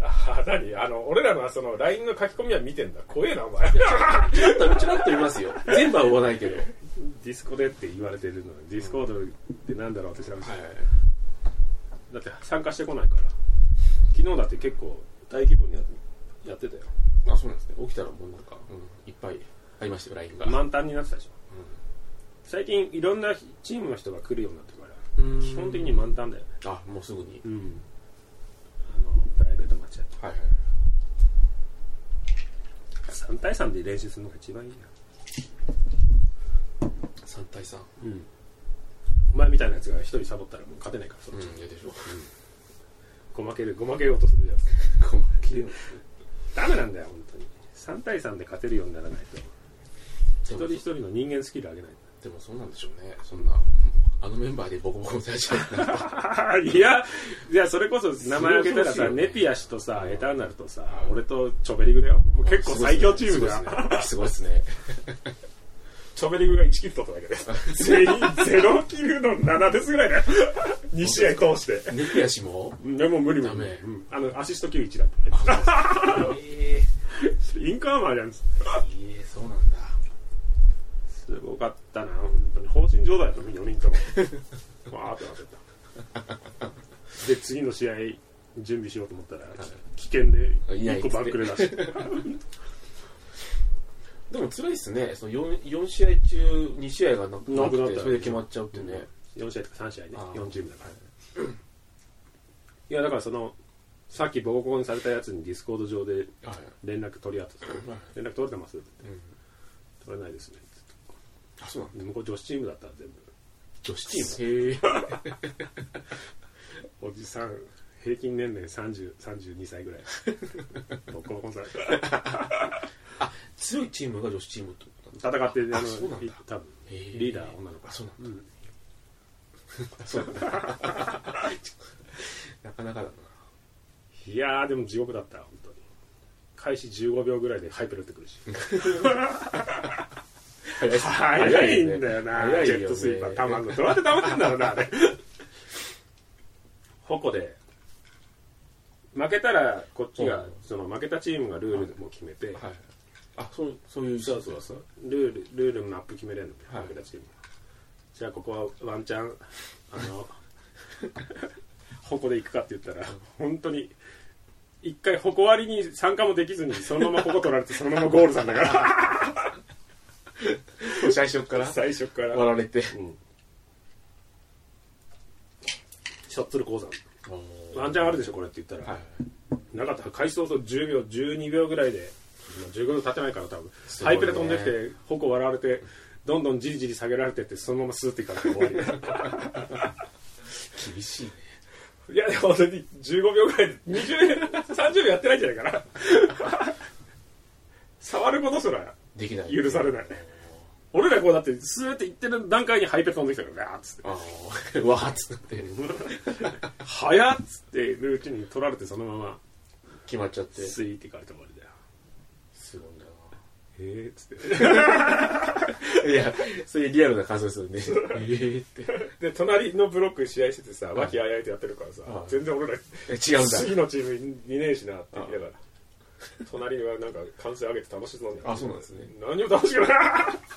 S1: な
S3: ああ何あの俺らのその LINE の書き込みは見てんだ怖えなお前
S1: ちらっと見ますよ全部は追わないけど
S2: ディスコでって言われてるのにディスコードってなんだろうって調べて、
S1: はいはい
S2: だって参加してこないから昨日だって結構大規模にやってやってたよ
S1: あそうなんですね起きたらもうなんか、うん、いっぱいありましたよ LINE が、
S2: 満タンになってたでしょ、最近いろんなチームの人が来るようになってから
S1: うん
S2: 基本的に満タンだよね
S1: あもうすぐに
S2: うんあのプライベートマッチだと
S1: はいはい
S2: 3対3で練習するのが一番いいな
S1: 3対3
S2: うんお前みたいなやつが一人サボったらもう勝てないからそっ
S1: うん
S2: ち、
S1: 嫌でしょ
S2: ごまけるごまけようとするや つ
S1: 困るよ
S2: ダメなんだよ本当に3対3で勝てるようにならないと一人一人の人間スキル上げない
S1: でもそうなんでしょうねそんなあのメンバーでボコボコにされちゃうなんか
S2: と いやいやそれこそ名前挙げ
S1: それはそう
S2: たらさ、
S1: ですよね
S2: ネピア氏とさエターナルとさ
S1: うん
S2: 俺とチョベリグだよもう結構最強チームだよ、
S1: すごいですね
S2: チョベリグが1キル取っただけで全員0キルの7ですぐらいだよ2試合通し
S1: すごい
S2: て
S1: ですねネピア氏も
S2: でも無理無
S1: ダ
S2: 理
S1: メ、
S2: うんあのアシスト9 1だった
S1: え
S2: インカーマーじゃん
S1: えそうなんだ
S2: すごかったな本当に放心状態だった4人と もわーってなってたで次の試合準備しようと思ったら、危険で
S1: いない
S2: 1個バックレ 出して
S1: でも辛いっすねその 4, 四試合中2試合がなくな
S2: なく
S1: っ
S2: なった
S1: て
S2: よ
S1: それで決まっちゃうってね、
S2: 4試合とか3試合ね
S1: あー
S2: 4チームだから、いやだからそのさっきボコボコにされたやつにディスコード上で
S1: はい
S2: 連絡取り合ってさ連絡取れてます?」って
S1: うん、
S2: 「取れないですね」って
S1: あそうなんだ
S2: で向こう女子チームだったら全部
S1: 女子チームへ
S2: おじさん平均年齢3032歳ぐらい ボコボコにされた
S1: 強いチームが女子チームってことなんだ
S2: 戦って
S1: あそうなんだ
S2: い多分
S1: へえ
S2: リーダー女の子
S1: あそうなんだ
S2: うん
S1: そうなんだなかなかだない
S2: やーでも地獄だった本当に開始15秒ぐらいでハイペル打ってくるし
S1: 早い
S2: 早いんだよな
S1: 早い
S2: ジ
S1: よね
S2: ェットスイーパーたまんのどうやってたまってんだろうなあれ矛で負けたらこっちが
S1: うん
S2: その負けたチームがルールも決めて、
S1: はいあそうそういう
S2: そうそうそうルールルールのマップ決めれるの、
S1: はい
S2: 負けたチームじゃあここはワンチャンあ の矛で行くかって言ったら本当に一回矛割りに参加もできずにそのまま矛取られてそのままゴールさんだから
S1: 最初から
S2: 最初から
S1: 割られて
S2: うんショッツル鉱山
S1: ワ
S2: ワンチャンあるでしょこれって言ったら、
S1: はい
S2: なかった回想と10秒12秒ぐらいでもう15秒経ってないから多分、
S1: すご
S2: ハ
S1: い
S2: イ
S1: ね
S2: ペで飛んできて矛割られてどんどんじりじり下げられてってそのままスーっていかれて終わ
S1: 厳しいね
S2: りいや本当に15秒ぐらいで20 30秒やってないんじゃないかな触ることすら
S1: できない
S2: 許されない俺らこうだってスーっていってる段階にハイペで飛んできたからねあっつって
S1: ああわーっつって
S2: 早っつってるうちに取られてそのまま
S1: 決まっちゃって
S2: スイーって書いて終わりだよ
S1: すごいんだな
S2: へえっつって
S1: いやそういうリアルな感想ですよねえーって
S2: で隣のブロック試合しててさ和気あいあいとやってるからさ
S1: はい
S2: 全然俺ら
S1: 違うんだ
S2: 次のチームにねえしなって言いながら隣はなんか歓声上げて楽しそうに
S1: あそうなんですね
S2: 何も楽しくない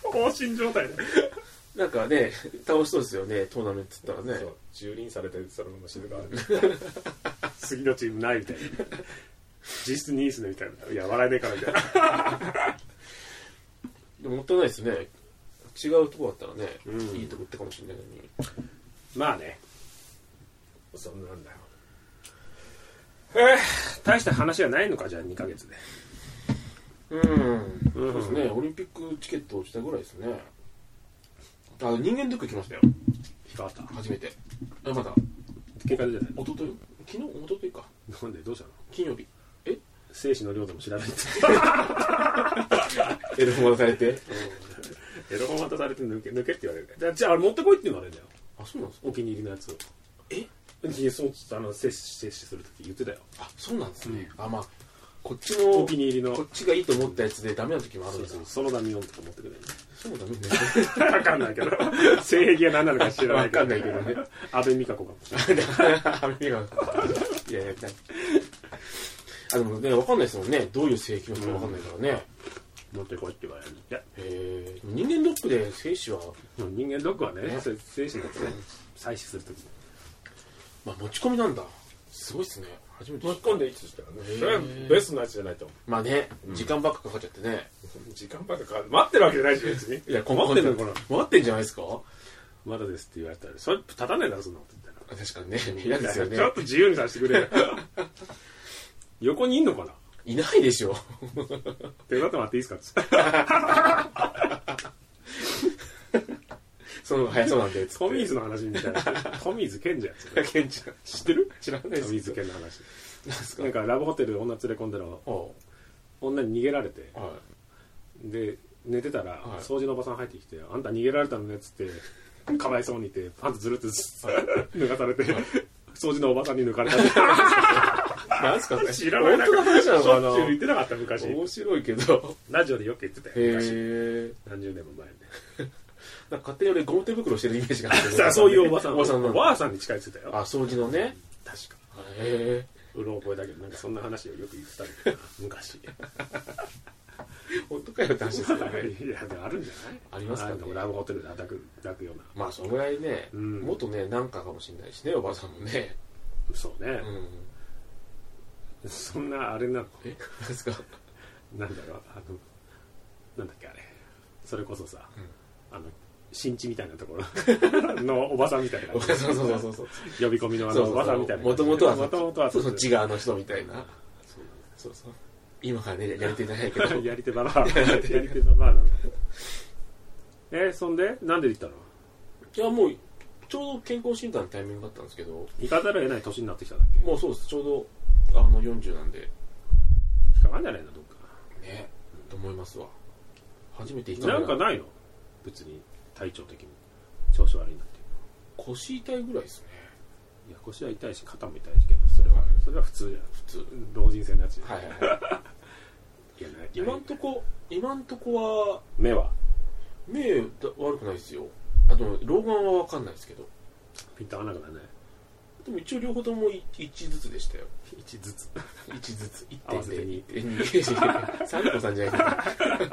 S2: 放心状態で
S1: なんかね倒しそうですよねトーナメントって言ったら
S2: そ
S1: ね
S2: う蹂躙されてそのまま静かに 次のチームないみたいな実質ニースねみたいないや笑えねえからみたいな
S1: でももったいないですね違うとこだったらね、
S2: うん
S1: いいとこってかもしれないのに
S2: まあねそんなんだよえー、大した話はないのかじゃあ2ヶ月で
S1: うん、
S2: うん
S1: そうですねオリンピックチケット落ちたぐらいですねあ人間ドック行きましたよ
S2: 引っかかった
S1: 初めてあまだ
S2: 結果出てない
S1: 一昨日昨日一昨日か
S2: なんでどうしたの
S1: 金曜日え
S2: 精子の量でも調べて
S1: エルフマされて
S2: エロ本渡されて抜け抜けって言われるだじゃああれ持ってこいって言われるんだよ
S1: あそうなんですか
S2: お気に入りのやつを
S1: え
S2: いやそうあの摂取摂取するとき言ってたよ
S1: あそうなんですね、あまあこっち
S2: お
S1: の
S2: 気に入りの
S1: こっちがいいと思ったやつでダメな時もあるん
S2: そう
S1: だ
S2: そうそのダミオンとか持ってくれる
S1: そうだね
S2: 分かんないけど性癖が何なのか知らない
S1: わかんないけどね
S2: 安倍美香子かもしれな い
S1: いやいやいやあでもねわかんないですもんねどういう請求なのかわかんないからね、
S2: 持ってこいって言われるんだって
S1: えー、人間ドックで精子は、
S2: 人間ドックはね
S1: ね
S2: せ精子の採取するとき
S1: まあ、持ち込みなんだすごいっすね初めて
S3: 持
S1: 知
S3: ち
S1: った
S3: 込んでいいって言ってたらね
S1: へー
S3: それはベストなやつじゃないと思
S1: まあね、時間ばっかかかっちゃってね
S3: う時間ばっかか待ってるわけじゃないし別に
S1: いや
S2: 困ってんのかな
S1: 待ってんじゃないですか
S2: まだですって言われたらそれ立たないだろそんなこと言っ
S1: あ確かにね
S2: た
S1: 嫌
S2: ら
S1: ですよね
S2: ちょっと自由にさせてくれ 横にいんのかない
S1: ないでしょ
S2: 手伝ってもらっていいですかつって
S1: その方が早そうなんで
S2: トミーズの話みたいなトミーズケンじゃんつって
S1: がケンちゃん
S2: 知ってる
S1: 知らない
S2: ト
S1: です
S2: ミーズケンの話なんかラブホテル女連れ込んだら
S1: お
S2: 女に逃げられて
S1: うは
S2: で寝てたら、
S1: はい
S2: 掃除のおばさん入ってきて「あんた逃げられたのね」っつってかわいそうにってパンツずるってず 抜かされて、掃除のおばさんに抜かれたって
S1: いなんすか
S2: 知らない
S1: 本当の話なのか
S2: しょっちゅう言ってなかった昔
S1: な面白いけど
S2: ラジオでよく言ってた
S1: へ
S2: よ昔
S1: え
S2: 何十年も前にね
S1: 勝手に俺ゴム手袋してるイメージがある
S2: さあ そういうおばさん
S1: おばさんな
S2: お
S1: の
S2: ばあさんに近いって言ってたよ
S1: あ掃除のね
S2: 確か
S1: へ
S2: うろ覚えだけどなんかそんな話をよく言ってたけ どな昔
S1: え本当かよって話ですよね
S2: いやでもあるんじゃない
S1: ありますかね
S2: あでもラブホテルで抱く抱くような
S1: まあそのぐらいね、
S2: うん
S1: 元ねなんかかもしれないしねおばさんもね
S2: そうね
S1: う、ん
S2: そんなあれなの
S1: えなんですか
S2: なんだろうあのなんだっけあれそれこそさ、あの新地みたいなところ のおばさんみたいな
S1: おばさんそうそうそうそう
S2: 呼び込みのあ
S1: そ
S2: の
S1: うそう
S2: おばさんみたいな
S1: もともとは
S2: もともと は
S1: そっち
S2: が
S1: 側の人みたいなそうそう今からねやりて ないけど
S2: やり手ババアやり手ババアなんだ えそんでなんで行ったの
S1: いやもうちょうど健康診断のタイミングだったんですけど
S2: 行かざるを得ない年になってきたんだっけ
S1: もうそうですちょうどあの40なんで
S2: 引っかかんじゃないのどっか
S1: ねと思いますわ初めて行った
S2: な
S1: の
S2: ん
S1: が
S2: かないの別に体調的に調子悪いなっていう
S1: 腰痛いぐらいですね
S2: いや腰は痛いし肩も痛いしけどそれはそれは普通じゃん
S1: 普通
S2: 老人性のやつじゃ
S1: は
S2: ん、
S1: いはいはい
S2: いやない
S1: 今んとこ今んとこは
S2: 目は
S1: 目だ悪くないですよあと老眼は分かんないですけど
S2: ピンと合わなくならない
S1: でも一応両方とも1ずつでしたよ
S2: 一ずつ
S1: 1ず つ
S2: 合わせて二
S1: 1.2.2.3個さんじゃないですか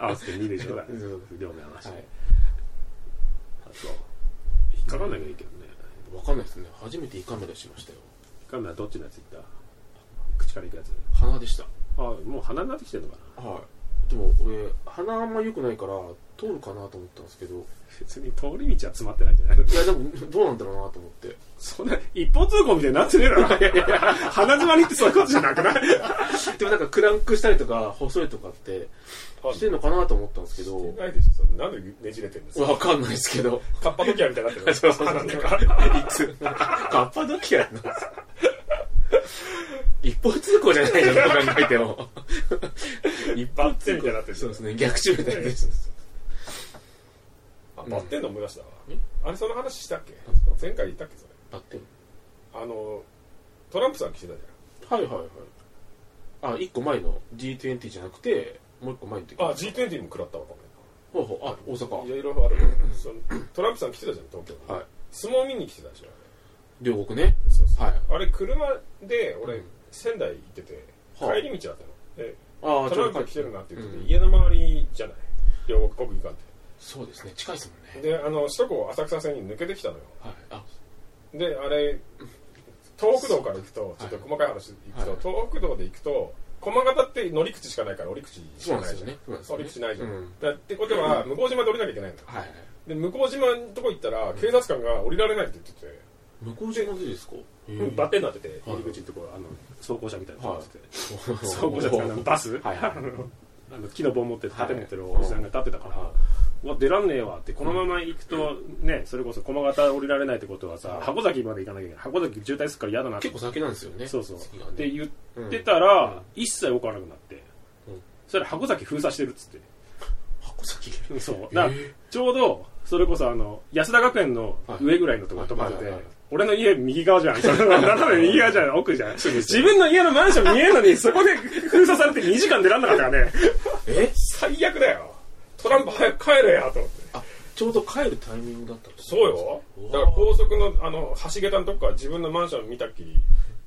S2: 合わせて2でしょだ から
S1: うん
S2: 両目合わせ
S1: は
S2: て、
S1: い
S2: あそう引っかかんなきゃいいけどね
S1: 分かんないですね初めて胃カメラしましたよ
S2: 引っかかんないどっちのやついった口からいくやつ
S1: 鼻でした
S2: あもう鼻になってきてるのかな
S1: はいでも俺鼻あんま良くないから通るかなと思ったんですけど
S2: 別に通り道は詰まってないんじゃないの
S1: いやでもどうなんだろうなと思って
S2: そんな一方通行みたいになってねえ だろ鼻詰まりってそういうことじゃなくない
S1: でもなんかクランクしたりとか細いとかってしてんのかなと思ったんですけ
S3: して
S1: ど
S3: ないでしょそれなんでねじれてるんですか
S1: 分かんないですけど
S3: カッパドキアみたいになってる
S1: そうそうそう
S3: 鼻の
S1: い
S3: 中
S1: つカッパドキアなんです一方通行じゃないじゃんどう考えても一
S3: バ
S1: 方
S3: ッテンみたいになってる
S1: そうですね逆襲みたいです
S3: あバッテンの思い出したわ
S1: うん
S3: あれその話したっけ
S1: 何ですか
S3: 前回言ったっけそれ
S1: バッテン
S3: あのトランプさん来てたじ
S1: はいはいはいあ一個前の G20 じゃなくてもう一個前の時
S3: ゃんあ G20 にも食らったわこ
S1: ほうほうあ大阪
S3: れいろいろ あるそのトランプさん来てたじゃん東京に
S1: はい
S3: 相撲見に来てたでしょ
S1: 両国ね
S3: そうそう
S1: はい
S3: あれ車で俺
S1: うん
S3: 仙台行ってて
S1: はあ
S3: 帰り道だったので
S1: ああ
S3: トランプ来てるなって言って
S1: うん
S3: て家の周りじゃない両国国技館っ
S1: そうですね近いですもん
S3: て
S1: ね
S3: であの首都高浅草線に抜けてきたのよ
S1: はいあ
S3: であれ東北道から行くとちょっと細かい話で行くと、東北道で行くと駒形って乗り口しかないから降り口し
S1: そう
S3: か
S1: なん
S3: ない
S1: です
S3: じゃん
S1: よねそうなんですよ
S3: 降
S1: ね
S3: り口ないじゃん、
S1: うん
S3: だってことは向島で降りなきゃいけないんだ
S1: はいはい
S3: で向島のとこ行ったら警察官が降りられないって言ってて、
S1: 向こうじゃないですか
S3: うんバッテンになってて
S2: 入り口のところあの走行車みたいなのが立ってて、 走
S1: そ
S2: 行車っていうかあのバス、
S1: はいはい
S2: あのあの木の棒持って
S1: はい
S2: 盾持ってるおじさんが立ってたから、うわ出らんねえわってこのまま行くと、ねそれこそ駒形降りられないってことはさ、
S1: はい
S2: 箱崎まで行かなきゃいけない箱崎渋滞するから嫌だなって
S1: 結構先なんですよね
S2: そうそう
S1: 次がね
S2: って言ってたら、一切動かなくなって、
S1: うん
S2: それ箱崎封鎖してるっつって
S1: 箱崎
S2: そうだからちょうどそれこそあの安田学園の上ぐらいのところに泊まってて、
S1: はいはいはい
S2: 俺の家右側じゃん。それ斜め右 側じゃん。奥じゃん。自分の家のマンション見えるのに、そこで封鎖されて2時間出らんなかったからね。
S1: え
S3: 最悪だよトランプ早く帰れやと思って
S1: あちょうど帰るタイミングだった
S3: そうよだから高速のあの橋桁のとこから自分のマンション見たっきり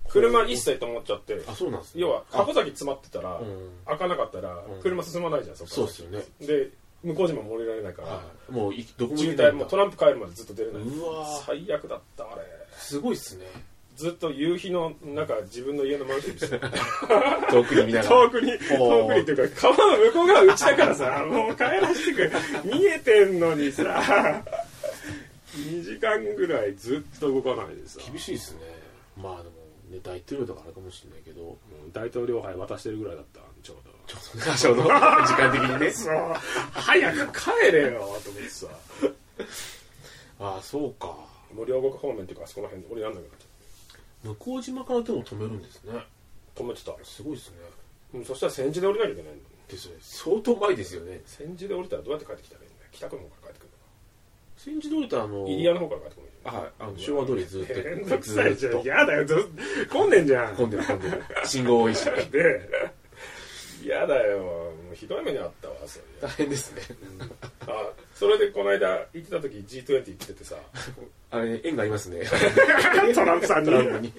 S2: 車一切止まっちゃって
S1: あ、そうなんですね。
S2: 要は箱崎詰まってたら、
S1: うん
S2: 開かなかったら
S1: うん
S2: 車進まないじゃんそこ
S1: そうですよね。
S2: ねで向こう島も降りられないから、
S1: はい。もうい、どこも
S2: 渋
S1: 行けない
S2: 滞
S1: ん
S2: も
S1: だ
S2: うトランプ帰るまでずっと出れないう
S1: わー
S2: 最悪だったあれ
S1: すごいっすね。
S2: ずっと夕日の中自分の家のマンションにして
S1: 遠くに見ながら。
S2: 遠くに遠くにっていうか川の向こう側うちだからさもう帰らせてくれ見えてんのにさ2時間ぐらいずっと動かないでさ
S1: 厳しいですねまあでもね大統領だからかもしれないけど
S4: もう大統領杯渡してるぐらいだったちょうど
S1: ちょっとねちょうど時 間的にね
S2: そう早く帰れよと思ってさ
S1: ああそうか
S2: もう両国方面っていうかあそこら辺で俺やんなくなっちゃ
S1: 向島からでも止めるんですね
S2: った止めてた
S1: すごいですね
S2: うんそしたら戦時で降りなきゃいけないの
S1: ですね相当前ですよね
S2: 戦時で降りたらどうやって帰ってきたらいいんだよ北区の方から帰ってくる
S1: 先日通りたあの
S2: の入谷の方から帰ってくるの
S1: はいあの昭和通りずっと
S2: めんどくさいじ
S1: ず
S2: ゃ
S1: っ
S2: ん
S1: と
S2: 嫌だよずっと混んでんじゃん
S1: 混んでる混んでる信号多いし
S2: で 嫌だよもうひどい目にあったわそれ
S1: 大変ですね
S2: あそれでこの間行ってた時 G20 行っててさ
S1: あれ縁がありますね
S2: トランプさ ん
S1: ト
S2: に
S1: ランプに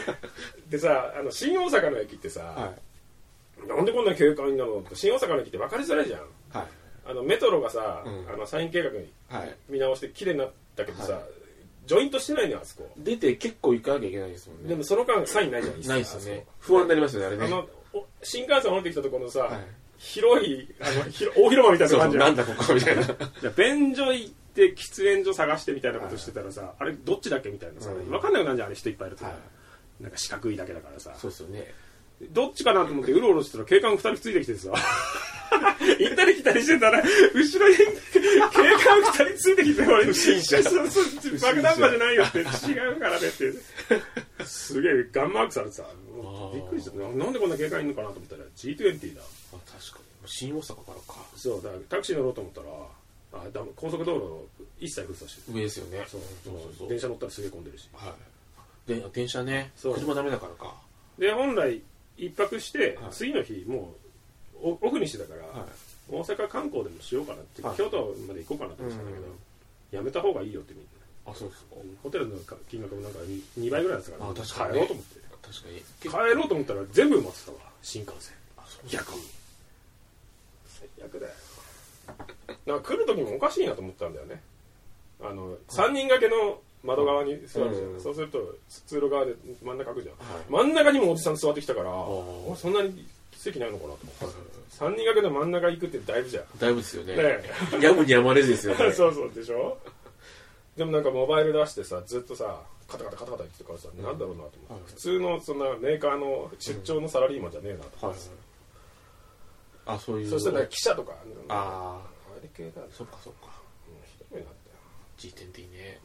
S2: でさあの新大阪の駅ってさ、
S1: はい
S2: なんでこんな警官なのって新大阪の駅って分かりづらいじゃん
S1: はい
S2: あのメトロがさ、
S1: うん
S2: あのサイン計画に
S1: はい
S2: 見直して綺麗になったけどさ、
S1: はい
S2: ジョイントしてないのよあそこ、
S1: 出て結構行かなきゃいけないですもんね
S2: でもその間サインないじゃん
S1: ないですよね不安になりますよねあれ
S2: あそこあ
S1: ね
S2: のお新幹線降りてきたところのさ、
S1: い
S2: 広いあのひろ大広場 みたいな
S1: そう
S2: 感
S1: そ
S2: じ
S1: う
S2: じゃ
S1: なんんだここみたいな
S4: じゃ便所行って喫煙所探してみたいなことしてたらさ、あれどっちだっけみたいなさ、
S1: うん
S4: 分かんなくなるじゃんあれ人いっぱいいると、
S1: はい
S4: なんか四角いだけだからさ
S1: そうですよね
S4: どっちかなと思ってうろうろしてたら警官二人ついてきてさ 行ったり来たりしてたら後ろに警官二人ついてきて俺不審
S1: 者
S4: そうそう爆弾魔じゃないよって違うからねってすげえガンマークされてさもうびっくりしたななんでこんな警官いるのかなと思ったら G20 だ
S1: あ確かに新大阪からか
S4: そうだからタクシー乗ろうと思ったらあだ高速道路を一切封鎖してる
S1: 上ですよね
S4: そう
S1: そうそうそう
S4: 電車乗ったらすげえ混んでるし
S1: はいで電車ね
S4: そう
S1: 車ダメだからか
S4: で本来一泊して、
S1: はい
S4: 次の日もうオオフにしてたから、
S1: は
S4: 大阪観光でもしようかなって、
S1: はい
S4: 京都まで行こうかなと思ってたんだけど、
S1: うん
S4: やめた方がいいよってみん
S1: いあそうですか
S4: なホテルの金額もなんか2倍ぐらいですから、
S1: あ確かに
S4: 帰ろうと思って
S1: 確かに
S4: 帰
S1: 結構
S4: ろうと思ったら全部埋まってたわ新幹線
S1: あそうですか
S4: 逆に最悪だよ
S2: なんか来る時もおかしいなと思ったんだよねあの3人掛けの窓側に座るじゃん、
S1: うん
S2: そうすると通路側で真ん中空くじゃん、
S1: はい
S2: 真ん中にもおじさん座ってきたから
S1: ー
S2: 俺そんなに席ないのかなと思って3人掛けの真ん中行くってだいぶじゃん
S1: だいぶですよね
S2: ね
S1: やむにやまれずですよね
S2: そうそうでしょでもなんかモバイル出してさずっとさカタカタカタカタ言ってたからさ、なんだろうなと思って、
S1: はい
S2: 普通のそんなメーカーの出張のサラリーマンじゃねえなと
S1: は
S2: 思
S1: い
S2: ってさ、
S1: あそういう
S2: そしたらなんか記者とかあ
S1: ああ
S2: あれ系だね
S1: そっかそっか
S2: うんひどいなって
S1: G10T ね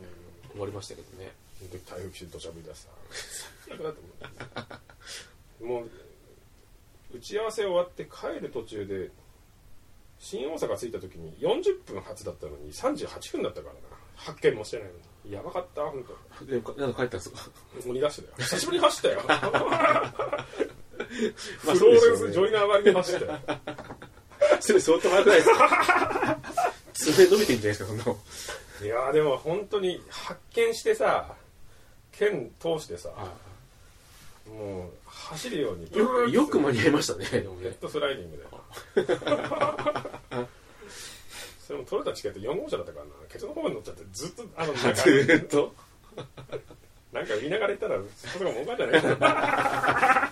S1: 終わりましたけどね
S2: で台風来て土砂降りだしさ最悪だと思うもう打ち合わせ終わって帰る途中で新大阪着いた時に40分発だったのに38分だったからな発見もしてないのにやばかった本当
S1: でなんか帰ったんですか
S2: 鬼 ダッシュだよ久しぶりに走った よ フ
S1: ま
S2: ロ
S1: あそうで
S2: ー
S1: すよね
S2: レンスジョイナー割りに走ったよ
S1: それ相当早くないですか 爪伸びてんじゃないですかそんなの
S2: いやーでも本当に発見してさ県通してさもう走るように
S1: よくよく間
S2: ヘ
S1: に合いましたねでもね
S2: ッドスライディングで それも取れたチケット4号車だったからなケツの方に乗っちゃってずっとあのなんか
S1: ずーっと
S2: なんか見ながら行ったらそこがもうかんじゃないかな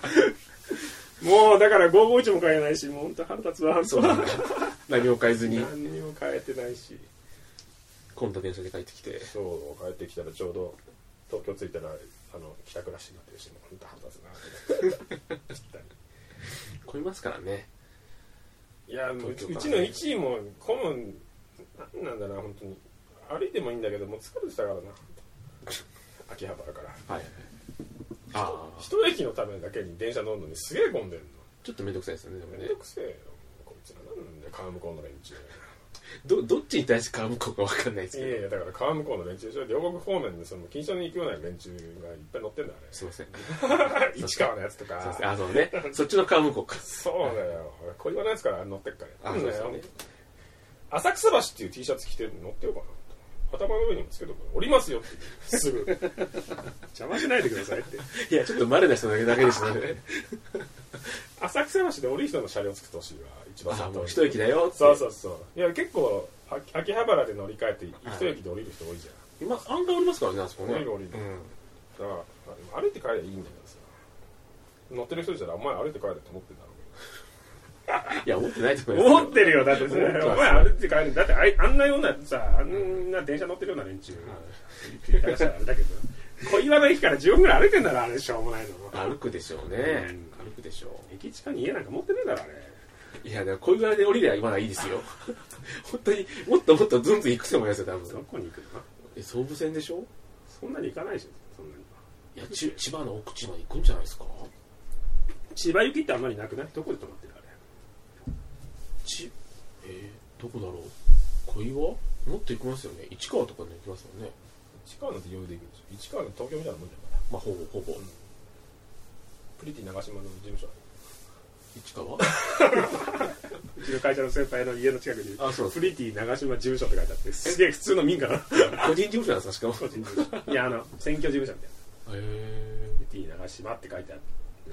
S4: もうだから551も買えないしもう本当腹立つわ
S1: そうだね何も変えず に
S4: 何にも買えてないし
S1: 混んだ電車で帰ってきて
S2: そう帰ってきたらちょうど東京着いたらあの帰宅ラッシュになってるしもう本当腹立つな
S1: 混みますからね
S2: いやもうう
S1: 東京
S2: ち
S1: か
S2: う
S1: ら
S2: ちの1位も混むなんなんだな本当に歩いてもいいんだけどもう疲れてたからな秋葉原から
S1: はいああ
S2: 一駅のためだけに電車乗るのにすげえ混んでんの
S1: ちょっとめんどくさいですよねでも
S2: めん
S1: ね
S2: どくせえよこいつらなんなんだよ川向こうの連中
S1: どどっちに対して絡むかわかんないですけ
S2: い
S1: ど
S2: やいやだから川向こうの連中でしょ両国方面でその金賞に行くような連中がいっぱい乗ってんだ
S1: すいませんすい
S2: あれ市川のやつと
S1: ま
S2: か
S1: せんあそうねそっちの絡む子か
S2: そうだよ小岩のやつから乗ってっから
S1: あ
S2: なんだ
S1: そ
S2: よ
S1: うですね
S2: 浅草橋っていう T シャツ着て乗ってようかな
S3: 頭の上にもつけとくから降りますよって言う すぐ
S2: 邪魔しないでくださいって
S1: いや、ちょっと稀な人だけだけでしたね。
S3: 浅草橋で降りる人の車両作ってほしいわ一番
S1: あ
S3: 先頭
S1: もう
S3: に
S1: 一息だよ。
S3: そう
S1: う。
S3: そうそういや結構は秋葉原で乗り換えて一駅で降りる人多いじゃ
S1: 今、案外おりますからね、あそこね。
S3: 降りる降りる
S1: うん。
S3: んだからあでも歩いて帰ればいいんだけどさ乗ってる人じゃらお前歩いて帰れって思ってんだろう
S1: いや、思ってないと思います
S2: 思ってるよだってそれ
S1: 思って
S2: お
S1: ます
S2: 前歩いて帰るだってあいあんなようなさあんな電車乗ってるよう な連中言い方したらあれだけど小岩の駅から10分ぐらい歩いてんだろあれしょうもないの
S1: 歩くでしょうね。
S2: う
S1: 歩くでしょ
S2: 駅近に家なんか持ってねえだろあれ
S1: う。いや、でも、小岩で降りりゃまだいいです よ。本当にもっともっとずんずん行くと思いますよ、多
S2: ど
S1: 分。
S2: こに行くの
S1: え、総武線でしょ
S2: そんなに行かないでしょそんなに
S1: いや、ち千葉の奥地まで行くんじゃないですか
S2: 千葉行きってあんまりなくないどこで泊まってるあれ
S1: ち、えー、どこだろう小岩もっと行きますよね。市川とかに行きますもんね。
S3: 市川なんて余裕で行くでしょ市川の東京みたいなもんじゃん
S1: まあ、ほぼほぼ。
S3: プリティ長島の事務所
S1: 市川
S2: うちの会社の先輩の家の近くに
S1: あそうです
S2: プリティ長島事務所って書いてあってすげえ普通の民家の
S1: 個人事務所なんですかしかも。
S2: 個人事務所いやあの選挙事務所みたいな
S1: へえ
S2: プリティ長島って書いてある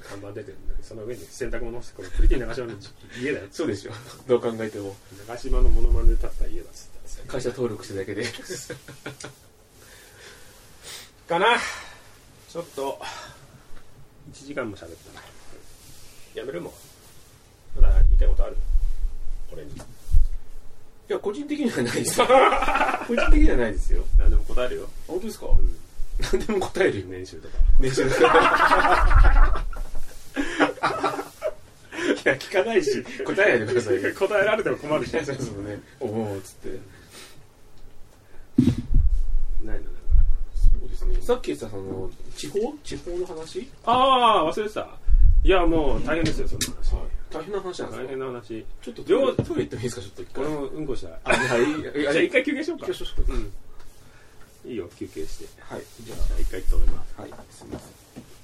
S2: 看板出てるんだけどその上に洗濯物をしてこれプリティ長島の家だよ
S1: そうでしょ。 どう考えても。
S2: 長島のモノマネで建てた家だっつって
S1: 会社登録してる だけで。
S3: かなちょっと
S2: 1時間も喋ったな
S3: やめるもんまだ言いたいことある俺に
S1: いや、個人的にはない ですよ。個人的にはないですよ。
S2: 何でも答えるよ、
S1: 本当ですか
S2: うん、
S1: 何でも答えるよ。
S2: 年収とか
S1: 年収いや、聞か ないし、答えないでくださいよ。
S2: 答えられても困る し
S1: そうですもんね。おお、つって。
S2: ないのなんか
S1: そうですね。さっき言ってた、その、地方地方の話はい。
S2: ああ忘れてたいやもう大変ですよそんな話、
S1: 大変な話なんです
S2: 大
S1: か
S2: 変な話
S1: ちょっと
S2: 両
S1: トイレ行ってもいいですか、ちょっと一
S2: こ
S1: 回
S2: れ。もうんこした
S1: あ、はい。
S2: じ
S1: じ
S2: ゃあ一回休憩しようか
S1: 休憩しましょう
S2: うんいいよ休憩して
S1: はい。じゃ
S2: じゃあ一回止めます
S1: あ、はい。すみません。